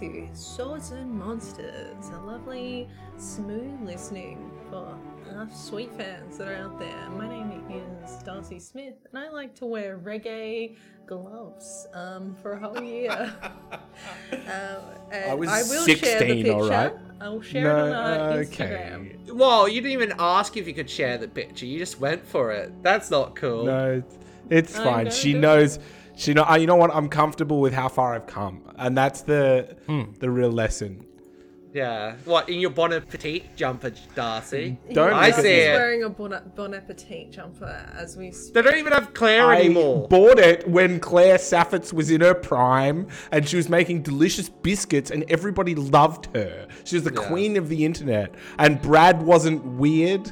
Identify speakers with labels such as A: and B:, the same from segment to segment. A: to Swords and Monsters, a lovely, smooth listening for us sweet fans that are out there. My name is Darcy Smith, and I like to wear reggae gloves um, for a whole year. Um, and
B: I was
A: will share the
B: 16,
A: picture.
B: all right?
A: I'll share it on our Instagram.
C: Whoa, you didn't even ask if you could share the picture. You just went for it. That's not cool.
B: No, it's
A: I'm
B: fine.
A: gonna
B: She
A: do
B: knows. She know. uh, You know what? I'm comfortable with how far I've come, and that's the the real lesson.
C: Yeah. What, in your Bon Appetit jumper, Darcy?
B: Mm. Don't
C: I
B: look at
C: see
B: me.
A: He's
C: it.
A: wearing a Bon, bon Appetit jumper as we speak.
C: They don't even have Claire
B: I
C: anymore.
B: bought it when Claire Saffitz was in her prime, and she was making delicious biscuits, and everybody loved her. She was the
C: Yeah.
B: queen of the internet, and Brad wasn't weird.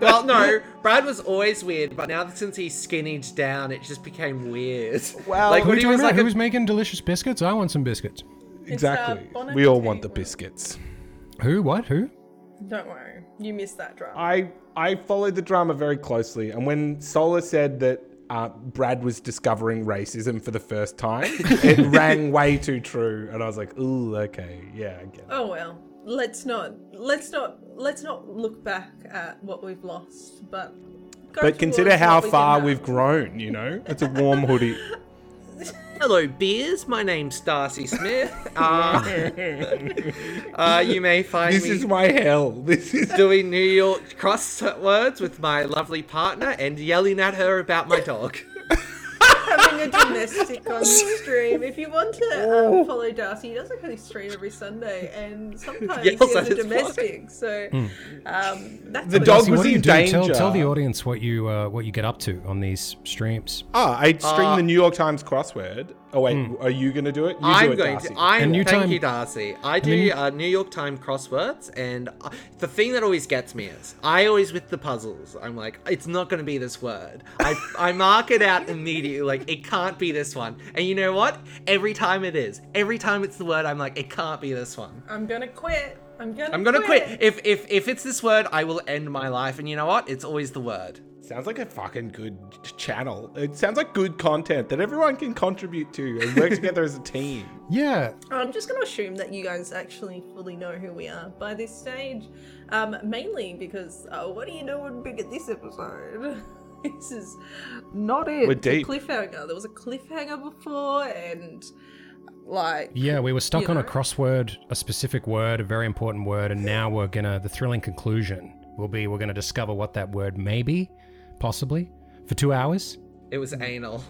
C: well, no, Brad was always weird, but now since he skinnied down, it just became weird.
B: Well,
C: like
B: who
C: when
B: But
C: he
B: talking
C: was like,
D: who
C: a,
D: was making delicious biscuits? I want some biscuits.
B: exactly.
A: Bon
B: we all
A: Appetit
B: want the
A: one.
B: biscuits.
D: Who? What? Who?
A: Don't worry, you missed that drama.
B: I I followed the drama very closely, and when Sola said that uh, Brad was discovering racism for the first time, it rang way too true, and I was like, "Ooh, okay, yeah, I get it."
A: Oh well, let's not let's not let's not look back at what we've lost, but go
B: But consider
A: towards
B: how
A: what we
B: far
A: did
B: we've
A: have.
B: grown. You know, it's a warm hoodie.
C: "Hello, beers. My name's Darcy Smith. Uh, uh, you may find
B: this
C: me
B: is my hell. This is
C: doing New York crosswords with my lovely partner and yelling at her about my dog."
A: having a domestic on the stream. If you want to
B: Oh.
A: um, follow Darcy, he does a kind of stream every Sunday, and sometimes
C: Yells
A: he's
C: at
A: a
C: his wife.
A: domestic. So um, that's
B: Hmm. The
A: what
B: dog
A: it is.
D: See,
B: was
D: what do
B: in
D: you do? Tell,
B: danger.
D: tell the audience what you uh, what you get up to on these streams.
B: ah. I stream
A: Uh,
B: the New York Times crossword. Oh wait, are you gonna do it? You do
C: I'm
B: it,
C: going
B: Darcy.
C: to. I'm,
D: And you
C: thank
D: time-
C: you, Darcy. I do
D: mean-
C: uh, New York Times crosswords, and uh, the thing that always gets me is I always with the puzzles. I'm like, it's not going to be this word. I, I mark it out immediately, like it can't be this one. And you know what? Every time it is. Every time it's the word, I'm like, it can't be this one.
A: I'm gonna quit. I'm gonna.
C: I'm gonna quit. If if if it's this word, I will end my life. And you know what? It's always the word.
B: Sounds like a fucking good ch- channel. It sounds like good content that everyone can contribute to and work together as a team.
D: Yeah,
A: I'm just going to assume that you guys actually fully know who we are by this stage, um, mainly because uh, what do you know would big at this episode? this is not it.
B: We're
A: It's a
B: deep.
A: cliffhanger. There was a cliffhanger before, and like
D: yeah. We were stuck
A: You
D: on a
A: know?
D: crossword, a specific word, a very important word, and now we're gonna. The thrilling conclusion will be we're gonna discover what that word may be, possibly, for two hours.
C: It was anal.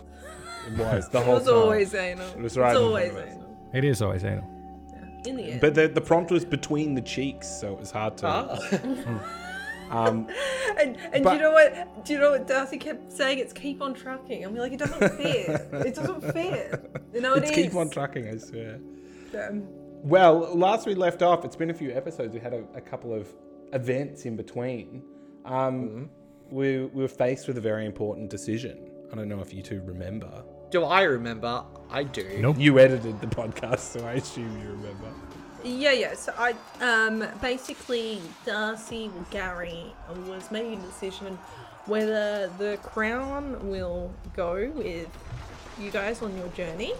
B: It was the
A: it
B: whole
A: was
B: time.
A: always anal. It
B: was right
A: It's
B: in
A: always
B: front of us.
A: anal.
D: It is always anal.
A: In the end,
B: But the, the prompt was between the cheeks, so it was hard to.
C: Ah.
D: Ah.
B: Um,
A: and, and do
B: but-
A: you know what? Do you know what Darcy kept saying? It's keep on trucking. I'm like, it doesn't fit. it doesn't fit. You know, it
B: let's keep
A: is.
B: on trucking, I swear.
A: Um,
B: Well, last we left off, it's been a few episodes. We had a, a couple of events in between. Um, we, we were faced with a very important decision. I don't know if you two remember.
C: Do I remember? I do.
D: Nope.
B: You edited the podcast, so I assume you remember.
A: Yeah, yeah. So I, um, basically, Darcy or Gary was making a decision whether the crown will go with you guys on your journey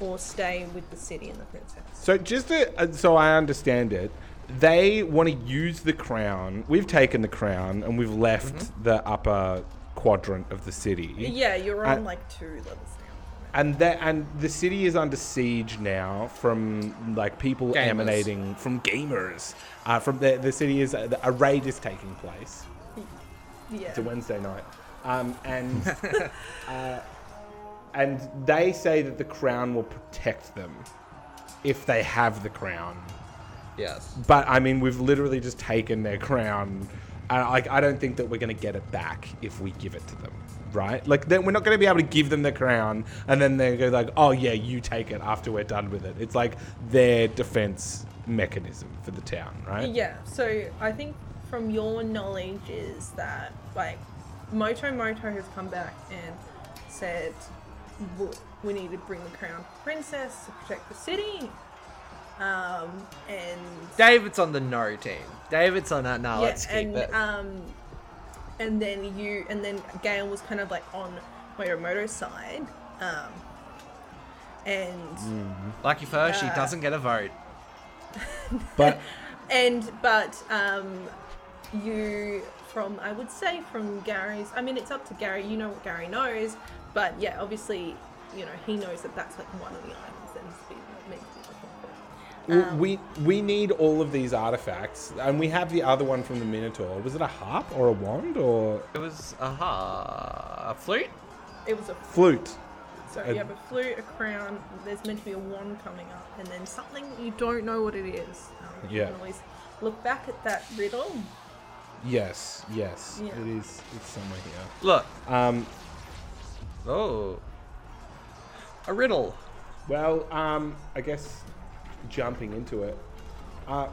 A: or stay with the city and the princess.
B: So just to, uh, so I understand it, they want to use the crown. We've taken the crown and we've left the upper quadrant of the city.
A: Yeah, you're
B: I-
A: on like two levels now.
B: And that and the city is under siege now from like people
C: Gamers.
B: emanating from gamers. Uh, from the the city is a, a raid is taking place.
A: Yeah.
B: It's a Wednesday night, um, and uh, and they say that the crown will protect them if they have the crown.
C: Yes.
B: But I mean, we've literally just taken their crown. I, like, I don't think that we're gonna get it back if we give it to them, right? Like, then we're not gonna be able to give them the crown, and then they go like, "Oh yeah, you take it after we're done with it." It's like their defense mechanism for the town, right?
A: Yeah, so I think from your knowledge is that like Moto Moto has come back and said "Look, we need to bring the crown to the princess to protect the city. Um, and
C: David's on the no team. David's on that. Now
A: yeah,
C: let's keep
A: and
C: it.
A: um, and then you and then Gail was kind of like on Moto Moto's side. Um, and
C: Lucky for her, she
A: uh,
C: doesn't get a vote.
B: But
A: and but um, you from I would say from Gary's. I mean, it's up to Gary. You know what Gary knows, but yeah, obviously, you know he knows that that's like one of the items that he's been making.
B: w-
A: Um,
B: we we need all of these artifacts, and we have the other one from the Minotaur. Was it a harp or a wand or
C: It was aha, a flute.
A: It was a
B: flute?
A: so
B: a-
A: you have a flute, a crown. There's meant to be a wand coming up, and then something you don't know what it is. Um,
B: Yeah.
A: You can always look back at that riddle.
B: Yes, yes,
A: Yeah.
B: it is. It's somewhere here.
C: Look,
B: Um,
C: oh, a riddle.
B: Well, um, I guess jumping into it. Uh,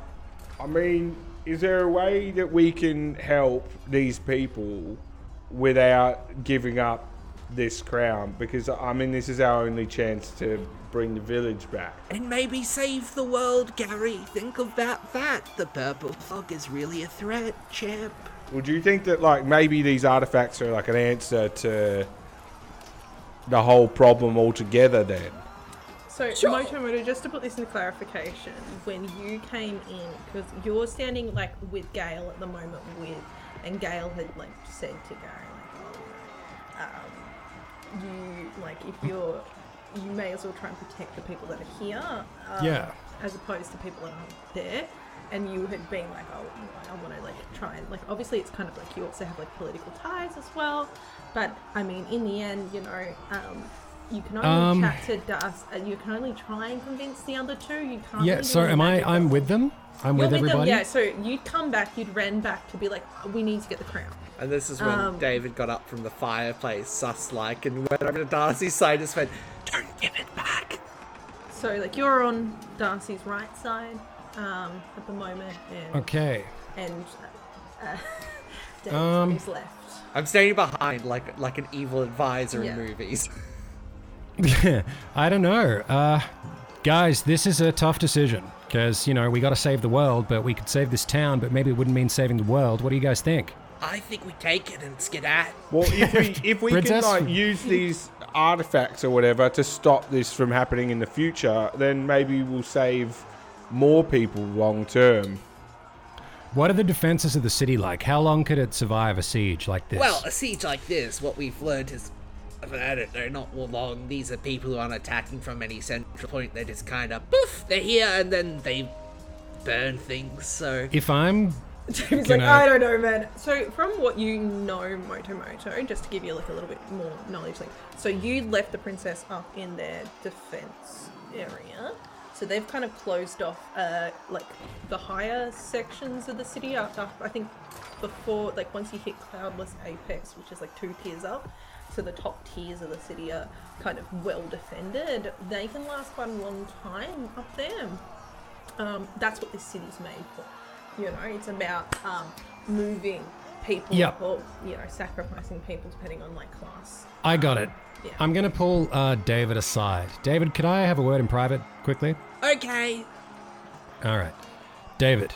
B: I mean, is there a way that we can help these people without giving up this crown? Because I mean, this is our only chance to bring the village back.
E: And maybe save the world, Gary. Think about that. The purple fog is really a threat, champ.
B: Well, do you think that like maybe these artifacts are like an answer to the whole problem altogether? Then
A: So, Motomoto, just to put this in clarification, when you came in, because you're standing like with Gail at the moment, with and Gail had like said to Gary, like, oh, um, you like if you're, you may as well try and protect the people that are here, um,
D: Yeah.
A: as opposed to people that aren't there. And you had been like, oh, you know, I want to like try and like obviously it's kind of like you also have like political ties as well, but I mean in the end, you know. Um, you can only
D: Um,
A: chat to dust and you can only try and convince the other two you can't
D: Yeah.
A: really
D: So
A: do
D: am I?
A: magic.
D: I'm with them. I'm
A: You're
D: with everybody.
A: them yeah so you'd come back you'd ran back to be like we need to get the crown
C: And this is when
A: Um.
C: David got up from the fireplace, sus like, and went over to Darcy's side and just went, Don't give it back.
A: so like you're on darcy's right side um at the moment and
D: Okay.
A: and uh, Dave's
D: Um,
A: who's left
C: I'm standing behind like like an evil advisor
A: Yeah.
C: in movies.
D: I don't know. Uh, guys, this is a tough decision because, you know, we got to save the world, but we could save this town, but maybe it wouldn't mean saving the world. What do you guys think?
E: I think we take it and skedaddle.
B: Well, if we if we can
D: Princess?
B: like use these artifacts or whatever to stop this from happening in the future, then maybe we'll save more people long term.
D: What are the defenses of the city like? How long could it survive a siege like this?
E: Well, a siege like this, what we've learned is. I don't know, not long. These are people who aren't attacking from any central point. They're just kind of poof, they're here, and then they burn things. So
D: if I'm.
A: He's
D: You
A: like,
D: know-
A: I don't know, man. So, from what you know, Motomoto, just to give you like a little bit more knowledge, like, so you left the princess up in their defense area. So they've kind of closed off, uh, like the higher sections of the city. After I think before, like once you hit Cloudless Apex, which is like two tiers up, so the top tiers of the city are kind of well defended. They can last quite a long time up there um, that's what this city's made for. You know, it's about um, moving people
D: Yep.
A: or you know sacrificing people depending on like class.
D: I got it.
A: Yeah.
D: I'm going to pull uh, David aside. David, could I have a word in private quickly?
E: okay,
D: All right. David,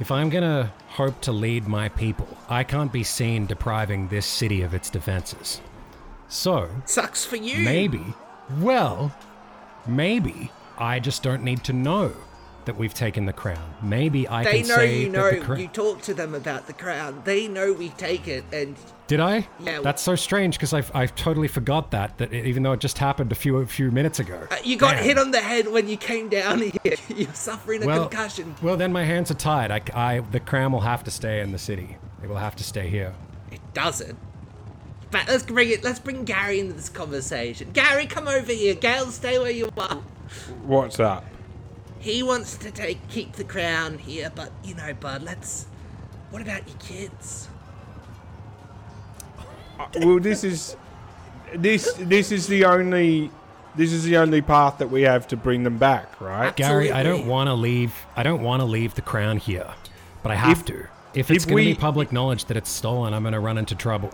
D: if I'm going to hope to lead my people, I can't be seen depriving this city of its defenses. So,
E: sucks for you.
D: Maybe. Well, maybe I just don't need to know that we've taken the crown. Maybe I
C: They
D: can
C: know
D: say
C: you
D: that
C: know.
D: the crown.
C: You talk to them about the crown. They know we take it, and
D: Did I?
C: Yeah.
D: That's so strange because I I totally forgot that that even though it just happened a few a few minutes ago.
C: uh, you got
D: Damn.
C: hit on the head when you came down here. You're suffering a
D: well,
C: concussion.
D: well, then my hands are tied. I, I the crown will have to stay in the city. It will have to stay here.
C: It doesn't. But let's bring it. Let's bring Gary into this conversation. Gary, come over here. Gail, stay where you are.
B: What's up?
E: He wants to take keep the crown here, but you know, bud, let's. What about your kids?
B: Uh, well, this is this this is the only this is the only path that we have to bring them back, right?
D: Gary, I don't
E: Absolutely.
D: want to leave. I don't want to leave the crown here, but I have
B: If-
D: to. If it's
B: if
D: going to
B: we-
D: be public knowledge that it's stolen, I'm going to run into trouble.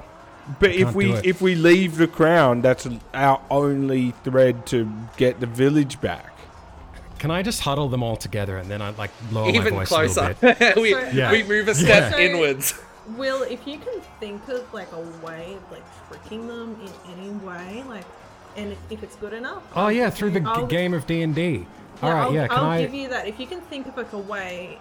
B: But if
D: can't
B: we
D: do it.
B: if we leave the crown, that's our only thread to get the village back.
D: Can I just huddle them all together and then I like lower Oh, my
C: Even
D: voice a
C: closer.
D: little bit?
C: we,
A: So-
D: Yeah.
C: we move a step
A: So-
C: inwards.
A: Will, if you can think of like a way of like tricking them in any way, like and if it's good enough.
D: Oh yeah, through the
A: I'll-
D: g- game of D and D. All
A: Yeah,
D: right,
A: I'll,
D: yeah. Can
A: I'll
D: I?
A: give you that if you can think of like a way,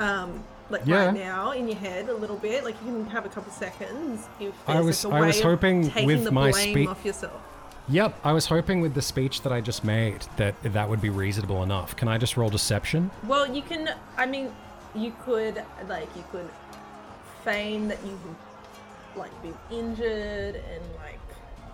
A: um, like
D: Yeah.
A: right now in your head a little bit. Like you can have a couple seconds. If
D: I
A: there's,
D: was-
A: like, a
D: I was
A: way of
D: hoping
A: taking
D: with
A: the
D: my
A: blame
D: spe-
A: off yourself.
D: Yep. I was hoping with the speech that I just made that that would be reasonable enough. Can I just roll deception?
A: Well, you can. I mean, you could like you could feign that you've like been injured and like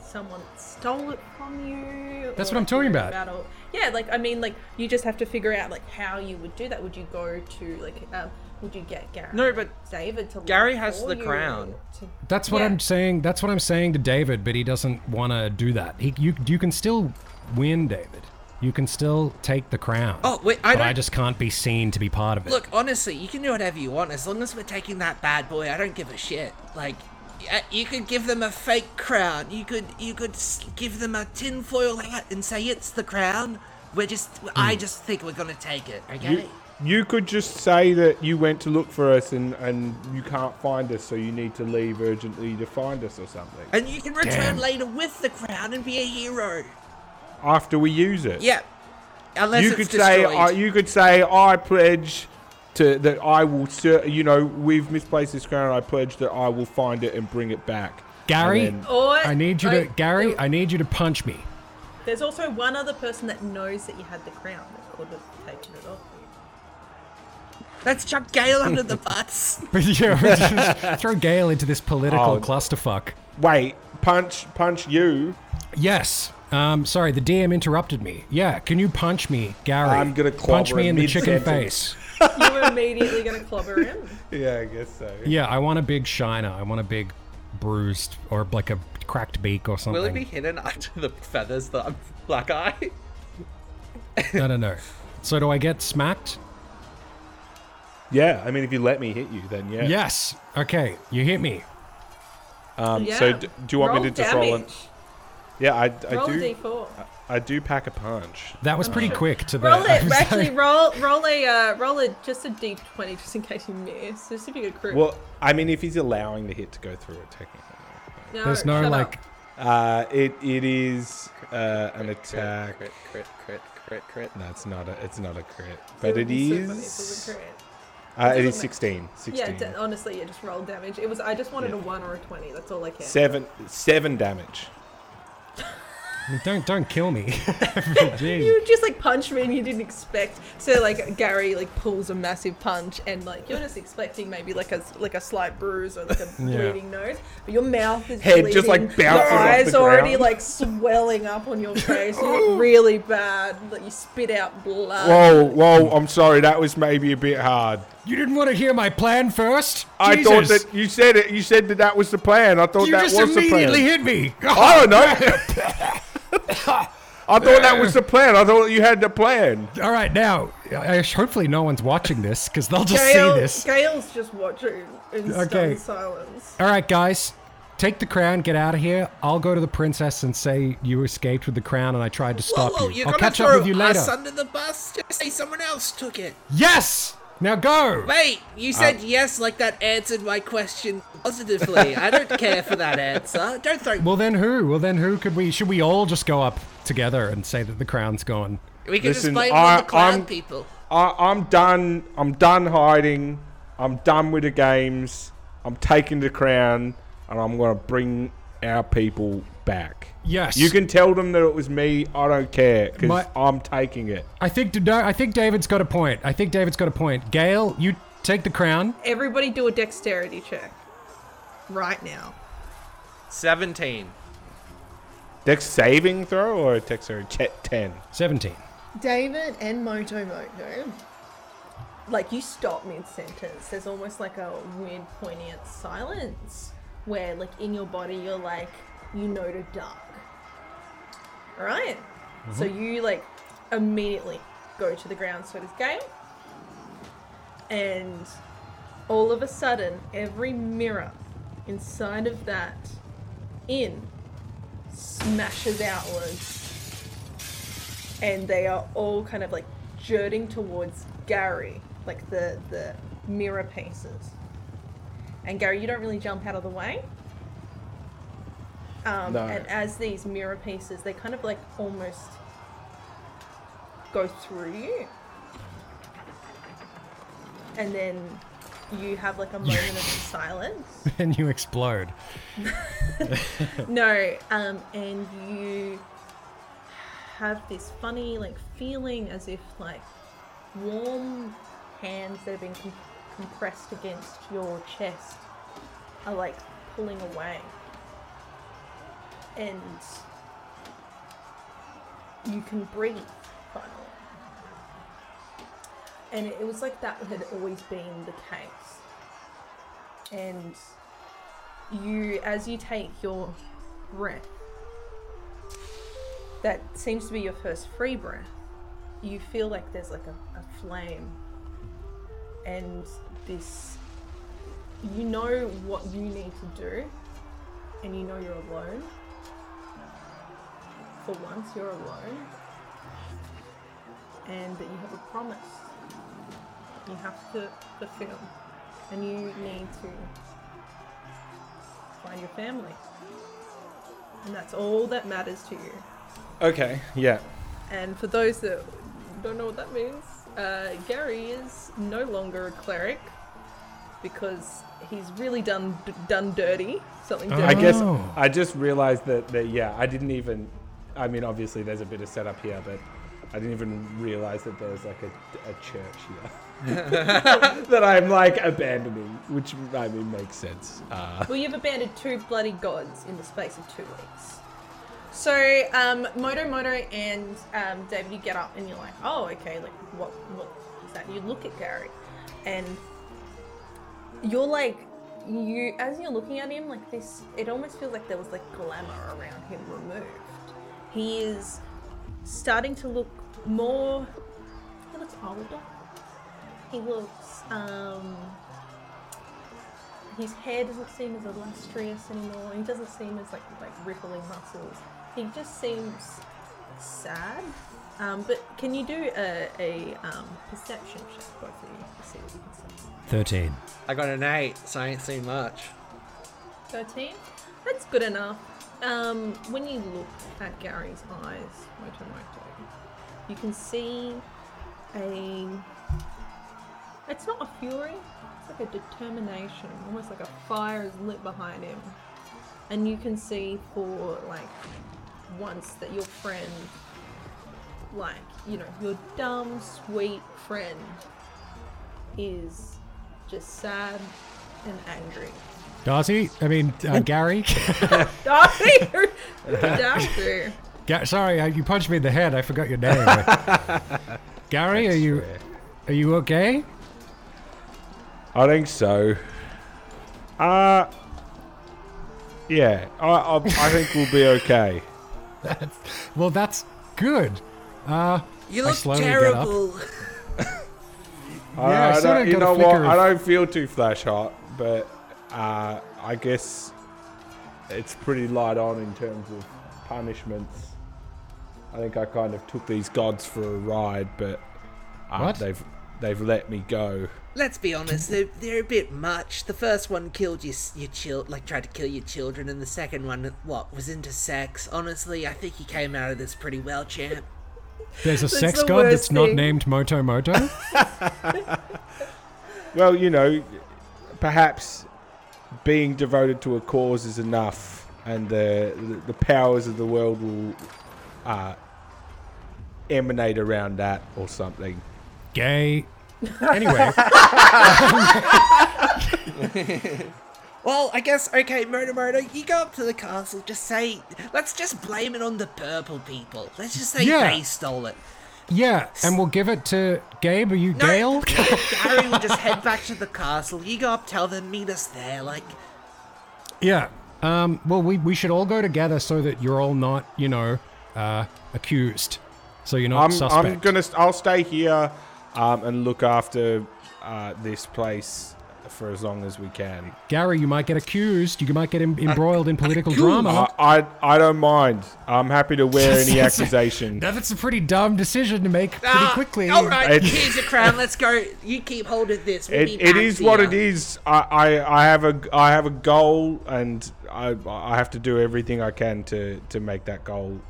A: someone stole it from you.
D: That's
A: or,
D: what I'm
A: like,
D: talking
A: you're
D: about.
A: in battle. Yeah, like I mean, like you just have to figure out like how you would do that. Would you go to like um, would you get Gary?
C: No, but
A: David to look
C: Gary has
A: for
C: the
A: you
C: crown.
A: to-
D: That's what
A: Yeah.
D: I'm saying. That's what I'm saying to David, but he doesn't want to do that. He, you, you can still win, David. You can still take the crown.
E: Oh, wait, I
D: but I
E: don't-
D: just can't be seen to be part of it.
E: Look, honestly, you can do whatever you want as long as we're taking that bad boy. I don't give a shit. Like, yeah, you could give them a fake crown. You could you could s- give them a tinfoil hat and say it's the crown. We're just I just think we're gonna take it. Okay.
B: Hmm. You, you could just say that you went to look for us and, and you can't find us, so you need to leave urgently to find us or something.
E: and you can return
D: Damn.
E: later with the crown and be a hero.
B: After we use it.
E: Yeah. Unless
B: you
E: it's
B: could say
E: destroyed.
B: I, you could say I pledge to that I will ser- you know we've misplaced this crown I pledge that I will find it and bring it back.
D: Gary,
B: And then-
A: Or
D: I need you to,
A: like,
D: Gary,
A: there-
D: I need you to punch me.
A: There's also one other person that knows that you had the crown that could have taken it off. you.
E: Let's chuck Gale under the bus.
D: But yeah, just throw Gale into this political
B: Oh.
D: clusterfuck.
B: wait, punch punch you.
D: Yes. Um, sorry, the DM interrupted me. Yeah, can you punch me, Gary?
B: I'm gonna
D: punch
B: clobber
D: me in
B: him
D: the chicken
B: mid-sentence.
D: face.
A: You were immediately going to clobber him.
B: Yeah, I guess so.
D: Yeah, I want a big shiner. I want a big bruised or like a cracked beak or something.
C: Will it be hidden under the feathers that I'm black eye?
D: I don't know. So do I get smacked?
B: Yeah, I mean if you let me hit you then yeah.
D: Yes. Okay, you hit me.
B: Um,
A: Yeah.
B: so d- do you want
A: roll
B: me to just
A: damage.
B: roll an Yeah, I, I
A: Roll
B: do Uh,
A: d4.
B: I do pack a punch.
D: That was
C: Oh.
D: pretty quick to the.
A: Roll
D: I
A: it.
D: was
A: Actually,
D: like-
A: roll roll a uh, roll a just a d20 just in case you miss. Just if you could crit.
B: Well, I mean if he's allowing the hit to go through it technically.
A: no,
D: there's no
A: shut up.
D: like.
B: Uh, it it is uh, an attack.
C: Crit, crit, crit, crit, crit.
B: No, it's not a it's not a crit,
A: It
B: but
A: would
B: it
A: be so funny if
B: is.
A: it was a crit.
B: Uh, it
A: Doesn't
B: is
A: ma-
B: 16.
A: Yeah,
B: 16.
A: d- honestly, yeah, just roll damage. It was I just wanted a one or a twenty. That's all I care.
B: Seven, seven damage.
D: Don't don't kill me. Jeez.
A: You just like punched me and you didn't expect. So like Gary like pulls a massive punch and like you're just expecting maybe like a like a slight bruise or like a
D: Yeah.
A: bleeding nose, but your mouth is
B: Head
A: bleeding.
B: just, like, bounces
A: Your
B: off
A: eyes
B: the
A: already
B: ground.
A: like swelling up on your face. You look really bad. Like you spit out blood.
B: Whoa, whoa, I'm sorry, that was maybe a bit hard.
D: You didn't want to hear my plan first.
B: I
D: Jesus.
B: thought that you said it, you said that that was the plan. I thought
D: you
B: that
D: just
B: was the plan.
D: immediately hit me.
B: I don't know. I thought that was the plan. I thought you had the plan.
D: All right, now I, I- hopefully no one's watching this because they'll just
A: Gale,
D: see this.
A: Gale's just watching in
D: Okay.
A: stunned silence.
D: All right, guys, take the crown, get out of here. I'll go to the princess and say you escaped with the crown and I tried to
E: Whoa,
D: stop
E: whoa,
D: you.
E: you're
D: I'll
E: gonna
D: catch
E: throw
D: up with you later.
E: us under the bus? Just say someone else took it.
D: yes. Now go.
E: Wait, you
D: Uh,
E: said yes like that answered my question positively. I don't care for that answer. Don't throw.
D: Well then who? Well then who could we? Should we all just go up together and say that the crown's gone?
E: we can
B: listen,
E: just blame it
B: I-
E: on the clown
B: I'm-
E: people.
B: I, I'm done. I'm done hiding. I'm done with the games. I'm taking the crown, and I'm gonna bring our people back.
D: Yes.
B: You can tell them that it was me. I don't care because
D: My-
B: I'm taking it.
D: I think no, I think David's got a point. I think David's got a point. Gail, you take the crown.
A: Everybody do a dexterity check right now.
C: 17.
B: Dex saving throw or a dex or chet ten.
D: Seventeen.
A: David and Moto Moto. Like you stop mid sentence. There's almost like a weird poignant silence where like in your body you're like you know to duck. Right? So you like immediately go to the ground, so does Gale. And all of a sudden, every mirror inside of that inn smashes outwards and they are all kind of like jerting towards Gary, like the the mirror pieces. And Gary, you don't really jump out of the way. Um,
B: No.
A: And as these mirror pieces, they kind of like almost go through you. And then you have like a moment of silence.
D: and you explode.
A: No, um, and you have this funny like feeling as if like warm hands that have been com- compressed against your chest are like pulling away, and you can breathe finally. And it was like that had always been the case, and you as you take your breath that seems to be your first free breath you feel like there's like a, a flame and this you know what you need to do and you know you're alone for once you're alone and that you have a promise you have to fulfill and you need to find your family. And that's all that matters to you.
B: Okay, yeah.
A: And for those that don't know what that means, uh, Gary is no longer a cleric because he's really done done dirty. Something dirty.
B: I guess
D: Oh.
B: I just realized that, that yeah, I didn't even. I mean, obviously there's a bit of setup here, but I didn't even realize that there's like a, a church here that I'm like abandoning, which I mean makes sense. Uh,
A: Well, you've abandoned two bloody gods in the space of two weeks. So, um, Moto Moto and um, David, you get up and you're like, oh, okay, like, what, what is that? You look at Gary and you're like, you, as you're looking at him, like this, it almost feels like there was like glamour around him removed. He is starting to look more, he looks older. He looks, um, his hair doesn't seem as illustrious anymore. He doesn't seem as like like rippling muscles. He just seems sad. Um, but can you do a, a um, perception check, both of you, to see what you can see?
D: 13.
C: I got an eight, so I ain't seen much.
A: 13? That's good enough. Um, when you look at Gary's eyes, Moto Moto, you can see a. It's not a fury, it's like a determination, almost like a fire is lit behind him. And you can see for, like, once that your friend, like, you know, your dumb, sweet friend is just sad and angry.
D: Darcy, I mean, uh, Gary.
A: Darcy! Darcy.
D: Ga- sorry, uh, you punched me in the head. I forgot your name. Gary, are you are you okay?
B: I think so. Uh, yeah, I, I, I think we'll be okay.
D: Well, that's good. Uh,
E: You
D: I
E: look
D: slowly get up.
E: terrible.
B: I,
D: Yeah, I
B: I
D: sorta
B: don't, you
D: got a
B: know what?
D: flicker
B: I
D: of-
B: don't feel too flash hot, but uh, I guess it's pretty light on in terms of punishments. I think I kind of took these gods for a ride, but uh,
D: What?
B: they've they've let me go.
E: Let's be honest, they're, they're a bit much. The first one killed your s- your child, like tried to kill your children, and the second one, what, was into sex. Honestly, I think you came out of this pretty well, champ.
D: there's a sex
A: the
D: god
A: worst
D: that's not
A: thing.
D: named Moto Moto.
B: Well, you know, perhaps being devoted to a cause is enough, and the the powers of the world will uh, emanate around that or something.
D: Gay. Anyway,
E: Well, I guess, okay, Murder Murder, you go up to the castle, just say, let's just blame it on the purple people. Let's just say
D: Yeah.
E: they stole it.
D: yeah, and we'll give it to Gabe. Are you Gail?
E: Gary will just head back to the castle. You go up, tell them, meet us there. Like,
D: Yeah. Um, well, we, we should all go together so that you're all not, you know, uh, accused. So you're not
B: I'm,
D: suspect.
B: I'm gonna. I'll stay here um, and look after uh, this place for as long as we can.
D: Gary, you might get accused. You might get em- embroiled in political drama.
B: I, I I don't mind. I'm happy to wear any
D: Oh. That's-
B: accusation.
D: Now, that's a pretty dumb decision to make pretty
E: Ah,
D: quickly.
E: All right,
B: It's-
E: here's your crown. Let's go. You keep hold of this. We'll
B: It,
E: be
B: it
E: back
B: is
E: to
B: what
E: ya.
B: it is. I, I, I have a I have a goal, and I I have to do everything I can to to make that goal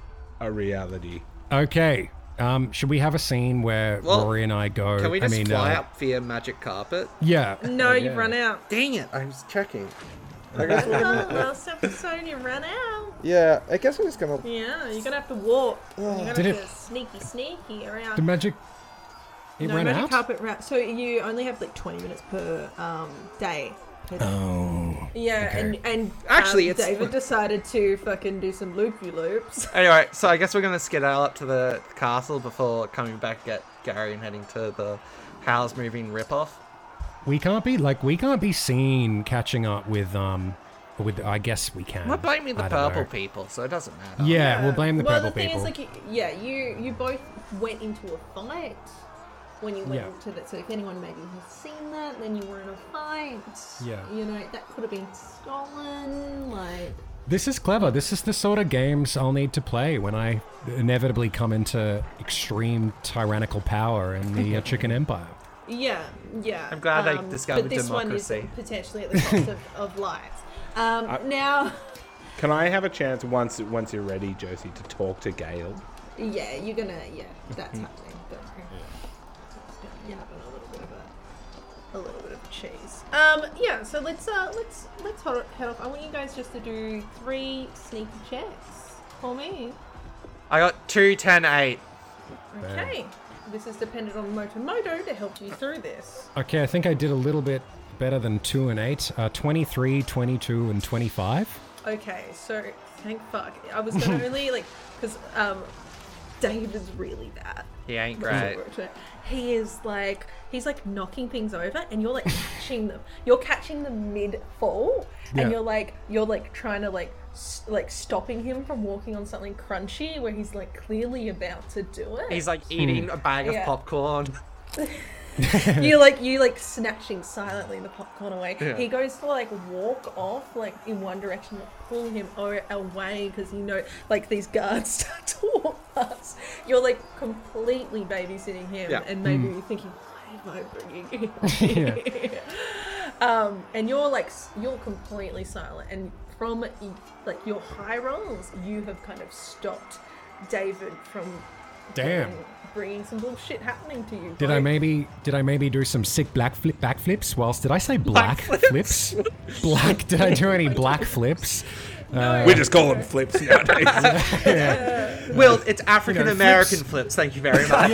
B: a reality.
D: Okay. Um, should we have a scene where
C: Well,
D: Rory and I go?
C: Can we just
D: I mean,
C: fly
D: uh,
C: up via magic carpet?
D: Yeah.
A: No, you've run out.
C: Dang it! I was checking. I guess we're
A: Oh,
C: gonna,
A: last episode you ran out.
C: yeah, I guess we're just gonna.
A: Yeah, you're gonna have to walk. You're gonna
D: Oh, Did
A: have
D: it-
A: to sneaky, sneaky
D: The
A: around.
D: magic. It
A: no
D: ran
A: magic
D: out.
A: carpet wrap. So you only have like 20 minutes per um, day.
D: Oh.
A: Yeah,
D: okay.
A: and, and
C: Actually,
A: um,
C: it's-
A: David decided to fucking do some loopy loops.
C: Anyway, so I guess we're gonna skedaddle up to the castle before coming back at Gary and heading to the house moving ripoff.
D: We can't be like we can't be seen catching up with um with I guess we can.
C: We're blaming the
D: I don't
C: purple
D: know.
C: people, so it doesn't matter.
D: Yeah, we'll blame the
A: well,
D: purple
A: the thing
D: people.
A: is, like, you, yeah, you you both went into a fight when you went
D: Yeah.
A: into that. So if anyone maybe has seen that, then you were in a fight.
D: Yeah.
A: you know that could have been stolen. Like,
D: This is clever. This is the sort of games I'll need to play when I inevitably come into extreme tyrannical power in the uh, Chicken Empire.
A: yeah, yeah.
C: I'm glad I
A: um,
C: discovered
A: but this
C: democracy.
A: one is potentially at the cost of, of lives. Um, now,
B: Can I have a chance once once you're ready, Josie, to talk to Gail?
A: yeah, you're gonna yeah, that's happening. But you're having a little bit of a. a little bit of cheese. Um, yeah. So let's uh, let's let's ho- head off. I want you guys just to do three sneaky checks for me.
C: I got two ten eight.
A: Okay. This is dependent on Motomoto to help you through this.
D: Okay, I think I did a little bit better than 2 and 8. Uh, 23, 22, and 25.
A: Okay. So thank fuck. I was gonna only like because um, David's really bad.
C: He ain't
A: That's
C: great.
A: what works, right? He is like he's like knocking things over, and you're like catching them. You're catching them mid fall,
D: Yeah.
A: and you're like you're like trying to like s like stopping him from walking on something crunchy where he's like clearly about to do it.
C: He's like eating a bag
A: Yeah.
C: of popcorn.
A: you like you like snatching silently the popcorn away. He goes to like walk off like in one direction, like, pull him o- away because you know like these guards start to walk past. You're like completely babysitting him,
C: Yeah.
A: and maybe you're thinking, why am I bringing him?
D: Mm. Yeah.
A: here?" um, and you're like s- you're completely silent, and from like your high rolls, you have kind of stopped David from.
D: Damn.
A: from Bringing some bullshit happening to you.
D: Did I
A: bloke.
D: maybe did I maybe do some sick black flip backflips? Whilst did I say black, flips? Black? Did I do any black flips?
B: we just call them flips nowadays.
C: Will, it's African American
D: flips.
C: flips. Thank you very much.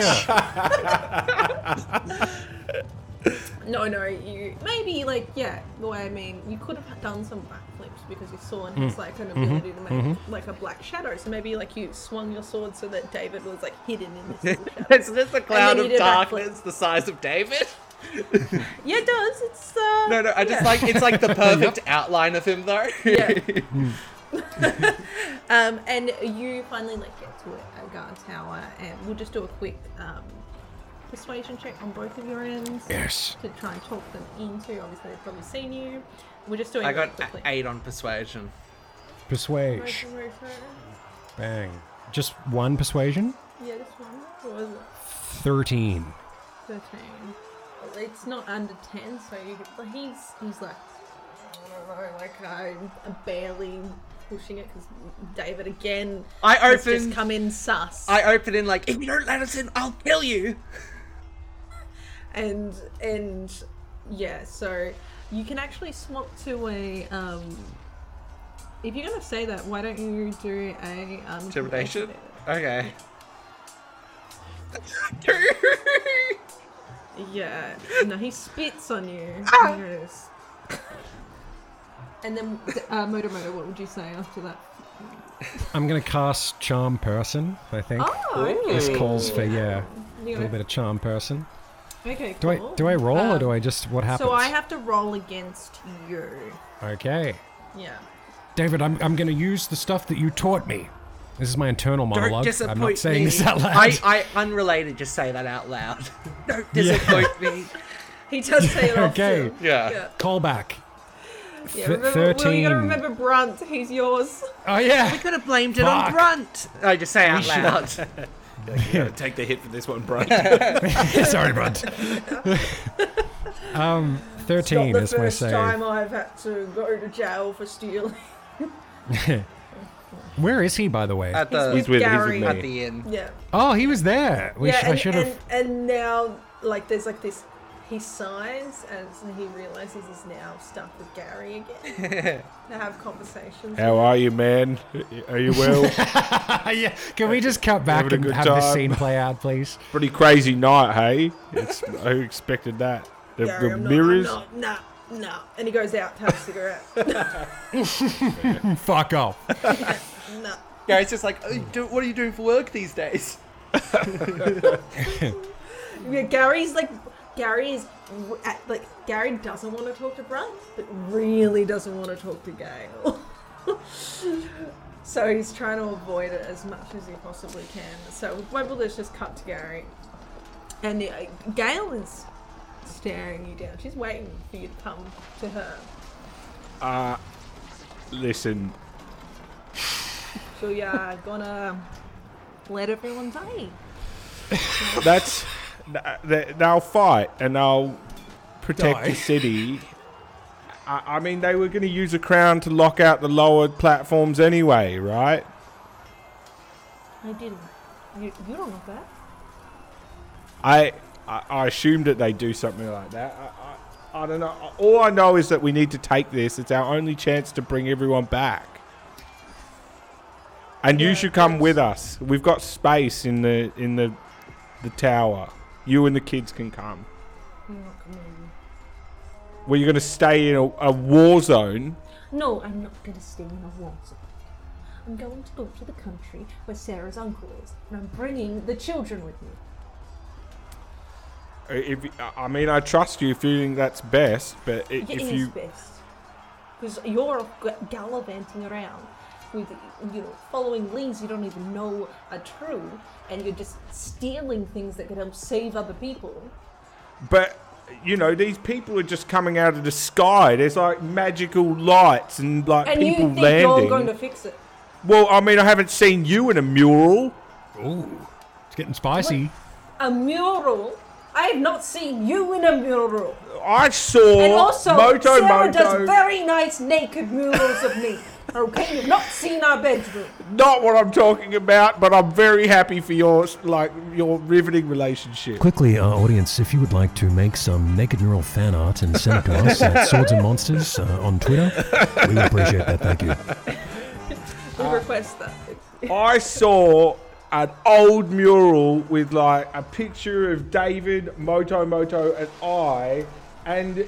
A: No, no, you maybe like yeah. Well, I mean, you could have done some backflips because your sword has like an ability to make like a black shadow. So maybe like you swung your sword so that David was like hidden in this. little shadow.
C: It's just a cloud
A: you
C: of
A: did backflip.
C: darkness the size of David.
A: yeah, it does. It's uh.
C: No, no, I just
A: yeah.
C: like it's like the perfect outline of him though.
A: Yeah. um, and you finally like get to a, a guard tower, and we'll just do a quick um, persuasion check on both of your ends.
D: Yes.
A: To try and talk them into. Obviously, they've probably seen you. We're just doing.
C: I
A: it
C: got a-
A: quickly.
C: eight on persuasion.
D: Persuade. Bang. Just one persuasion.
A: Yeah, this one. What was it?
D: Thirteen.
A: 13. It's not under 10, so you, but he's, he's like, I don't know, like I'm barely pushing it because David again
C: I
A: has just
C: opened-
A: come in sus.
C: I open in like, if you don't let us in, I'll kill you.
A: and, and yeah, so you can actually swap to a, um, if you're going to say that, why don't you do a, um,
C: Intimidation.
A: intimidate it?
C: Okay.
A: Yeah. No, he spits on you.
C: Ah!
A: Yes. And then, uh, Motomoto, what would you say after that?
D: I'm gonna cast charm person. I think
A: Oh, okay.
D: this calls for yeah a
A: You
D: little bit of charm person.
A: Okay,
D: Do
A: cool. Um,
D: I do I roll or do I just what happens?
A: Uh, So I have to roll against you.
D: Okay.
A: Yeah.
D: David, I'm, I'm going to use the stuff that you taught me. This is my internal
C: Don't
D: monologue.
C: disappoint
D: I'm not saying
C: me.
D: this out loud.
C: I, I unrelated. Just say that out loud. Don't disappoint me.
A: He does say it off
D: Okay.
A: too.
C: Yeah.
A: Yeah.
D: Call back.
A: yeah
D: Th-
A: remember, Will, you gotta remember Brunt. He's yours.
D: Oh yeah.
E: Could have blamed it
D: Fuck.
E: on Brunt.
C: I just say out loud.
B: Yeah, take the hit for this one, bro.
D: Sorry, Brunt. um, thirteen
A: Not the
D: is my
A: first
D: save.
A: time I've had to go to jail for stealing.
D: Where is he, by the way?
C: At
A: He's
C: the
B: with- he's with
A: Gary.
B: me.
C: at the inn.
A: Yeah.
D: oh, he was there. We
A: yeah,
D: sh-
A: and,
D: I should have.
A: And, and now, like, there's like this. He sighs and so he realizes he's now stuck with Gary again. to have conversations.
B: How are you, man? Are you well?
D: yeah. Can we just cut back
B: Having a
D: and
B: good
D: have this
B: time.
D: scene play out, please?
B: Pretty crazy night, hey? It's, who expected that? The,
A: Gary,
B: the
A: I'm not- I'm
B: mirrors?
A: Not, no, no. And he goes out to have a cigarette.
D: Fuck off.
A: no.
C: Gary's just like, oh, do, what are you doing for work these days?
A: Yeah, Gary's like Gary is r- at, like Gary doesn't want to talk to Brunt, but really doesn't want to talk to Gail. so he's trying to avoid it as much as he possibly can. So maybe let's just cut to Gary. And uh, Gail is staring you down. She's waiting for you to come to her.
B: Listen,
A: So yeah, uh, gonna let everyone die.
B: that's. th- They'll fight and they'll protect
D: Die.
B: the city. I, I mean, they were going to use a crown to lock out the lower platforms anyway, right?
A: I didn't. You, you don't know that.
B: I, I I assume that they do something like that. I, I, I don't know. All I know is that we need to take this. It's our only chance to bring everyone back. And you should come with us. We've got space in the in the the tower. You and the kids can come.
A: You're not coming.
B: Well, you're going to stay in a, a war zone.
A: No, I'm not going to stay in a war zone. I'm going to go to the country where Sarah's uncle is, and I'm bringing the children with me.
B: Uh, If I mean, I trust you if you think that's best. But i-
A: It
B: if
A: is
B: you
A: best. Because you're g- gallivanting around with, you know, following leads you don't even know are true, and you're just stealing things that could help save other people.
B: But you know, these people are just coming out of the sky. There's like magical lights and like
A: And
B: people
A: you think
B: landing.
A: you're going to fix it.
B: Well, I mean, I haven't seen you in a mural.
D: Ooh, it's getting spicy.
A: A mural? I have not seen you in a mural.
B: I saw
A: And also,
B: Moto
A: Sarah
B: Moto.
A: does very nice naked murals of me. Okay, you've not seen our bedroom.
B: Not what I'm talking about, but I'm very happy for your like your riveting relationship.
F: Quickly, our audience, if you would like to make some naked neural fan art and send it to us at Swords and Monsters uh, on Twitter, we would appreciate that. Thank you.
A: We request that.
B: I saw an old mural with like a picture of David, Moto Moto, and I, and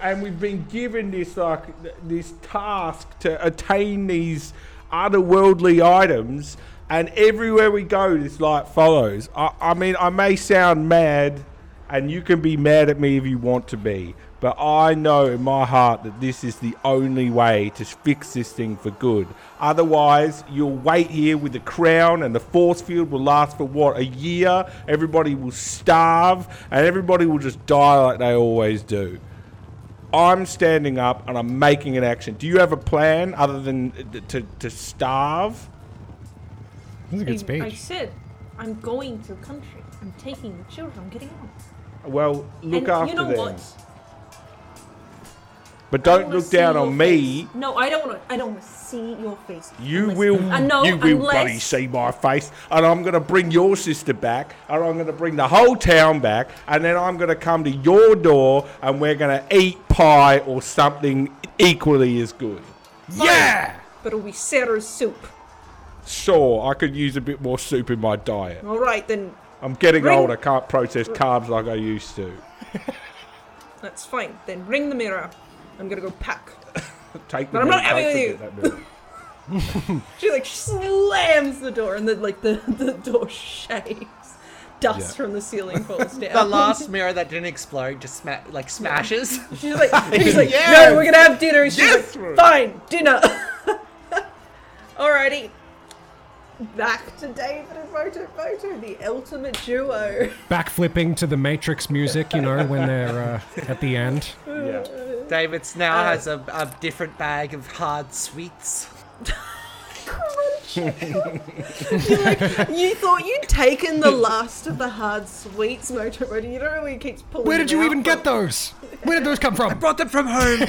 B: and we've been given this like this task to attain these otherworldly items, and everywhere we go, this light follows. I, I mean, I may sound mad, and you can be mad at me if you want to be. But I know in my heart that this is the only way to fix this thing for good. Otherwise, you'll wait here with the crown, and the force field will last for what, a year? Everybody will starve, and everybody will just die like they always do. I'm standing up and I'm making an action. Do you have a plan other than to, to starve?
D: That's a good
A: I
D: speech.
A: said, I'm going to the country. I'm taking the children. I'm getting out.
B: Well, look
A: and
B: after
A: you know
B: them.
A: what?
B: But
A: I
B: don't
A: wanna
B: look
A: see
B: down
A: your
B: on me.
A: face. No, I don't want to. I don't want to see your face.
B: You
A: unless-
B: will,
A: I know,
B: you will,
A: unless,
B: buddy, see my face, and I'm gonna bring your sister back, and I'm gonna bring the whole town back, and then I'm gonna come to your door, and we're gonna eat pie or something equally as good. Yeah,
A: But it'll be Sarah's soup.
B: sure, I could use a bit more soup in my diet.
A: All right, then.
B: I'm getting
A: Bring-
B: old. I can't process carbs like I used to.
A: That's fine. Then ring the mirror. I'm gonna go pack.
B: Take the
A: But I'm
B: milk,
A: not having
B: take
A: you.
B: the- that milk.
A: She like slams the door, and then like the, the door shakes. Dust
B: Yeah.
A: from the ceiling falls down.
C: The last mirror that didn't explode just sma- like smashes.
A: She's like, she's like,
C: Yes!
A: no, we're gonna have dinner. And she's
C: Yes!
A: like, fine, dinner. Alrighty. back to David and Moto Moto, the ultimate duo.
D: Backflipping to the Matrix music, you know, when they're uh, at the end.
B: Yeah.
C: David's now has a, a different bag of hard sweets.
A: you thought you'd taken the last of the hard sweets, Moto Moto. You don't know where he keeps pulling.
D: Where did
A: them
D: you
A: out
D: even
A: from.
D: get those? Where did those come from?
C: Brought them from home.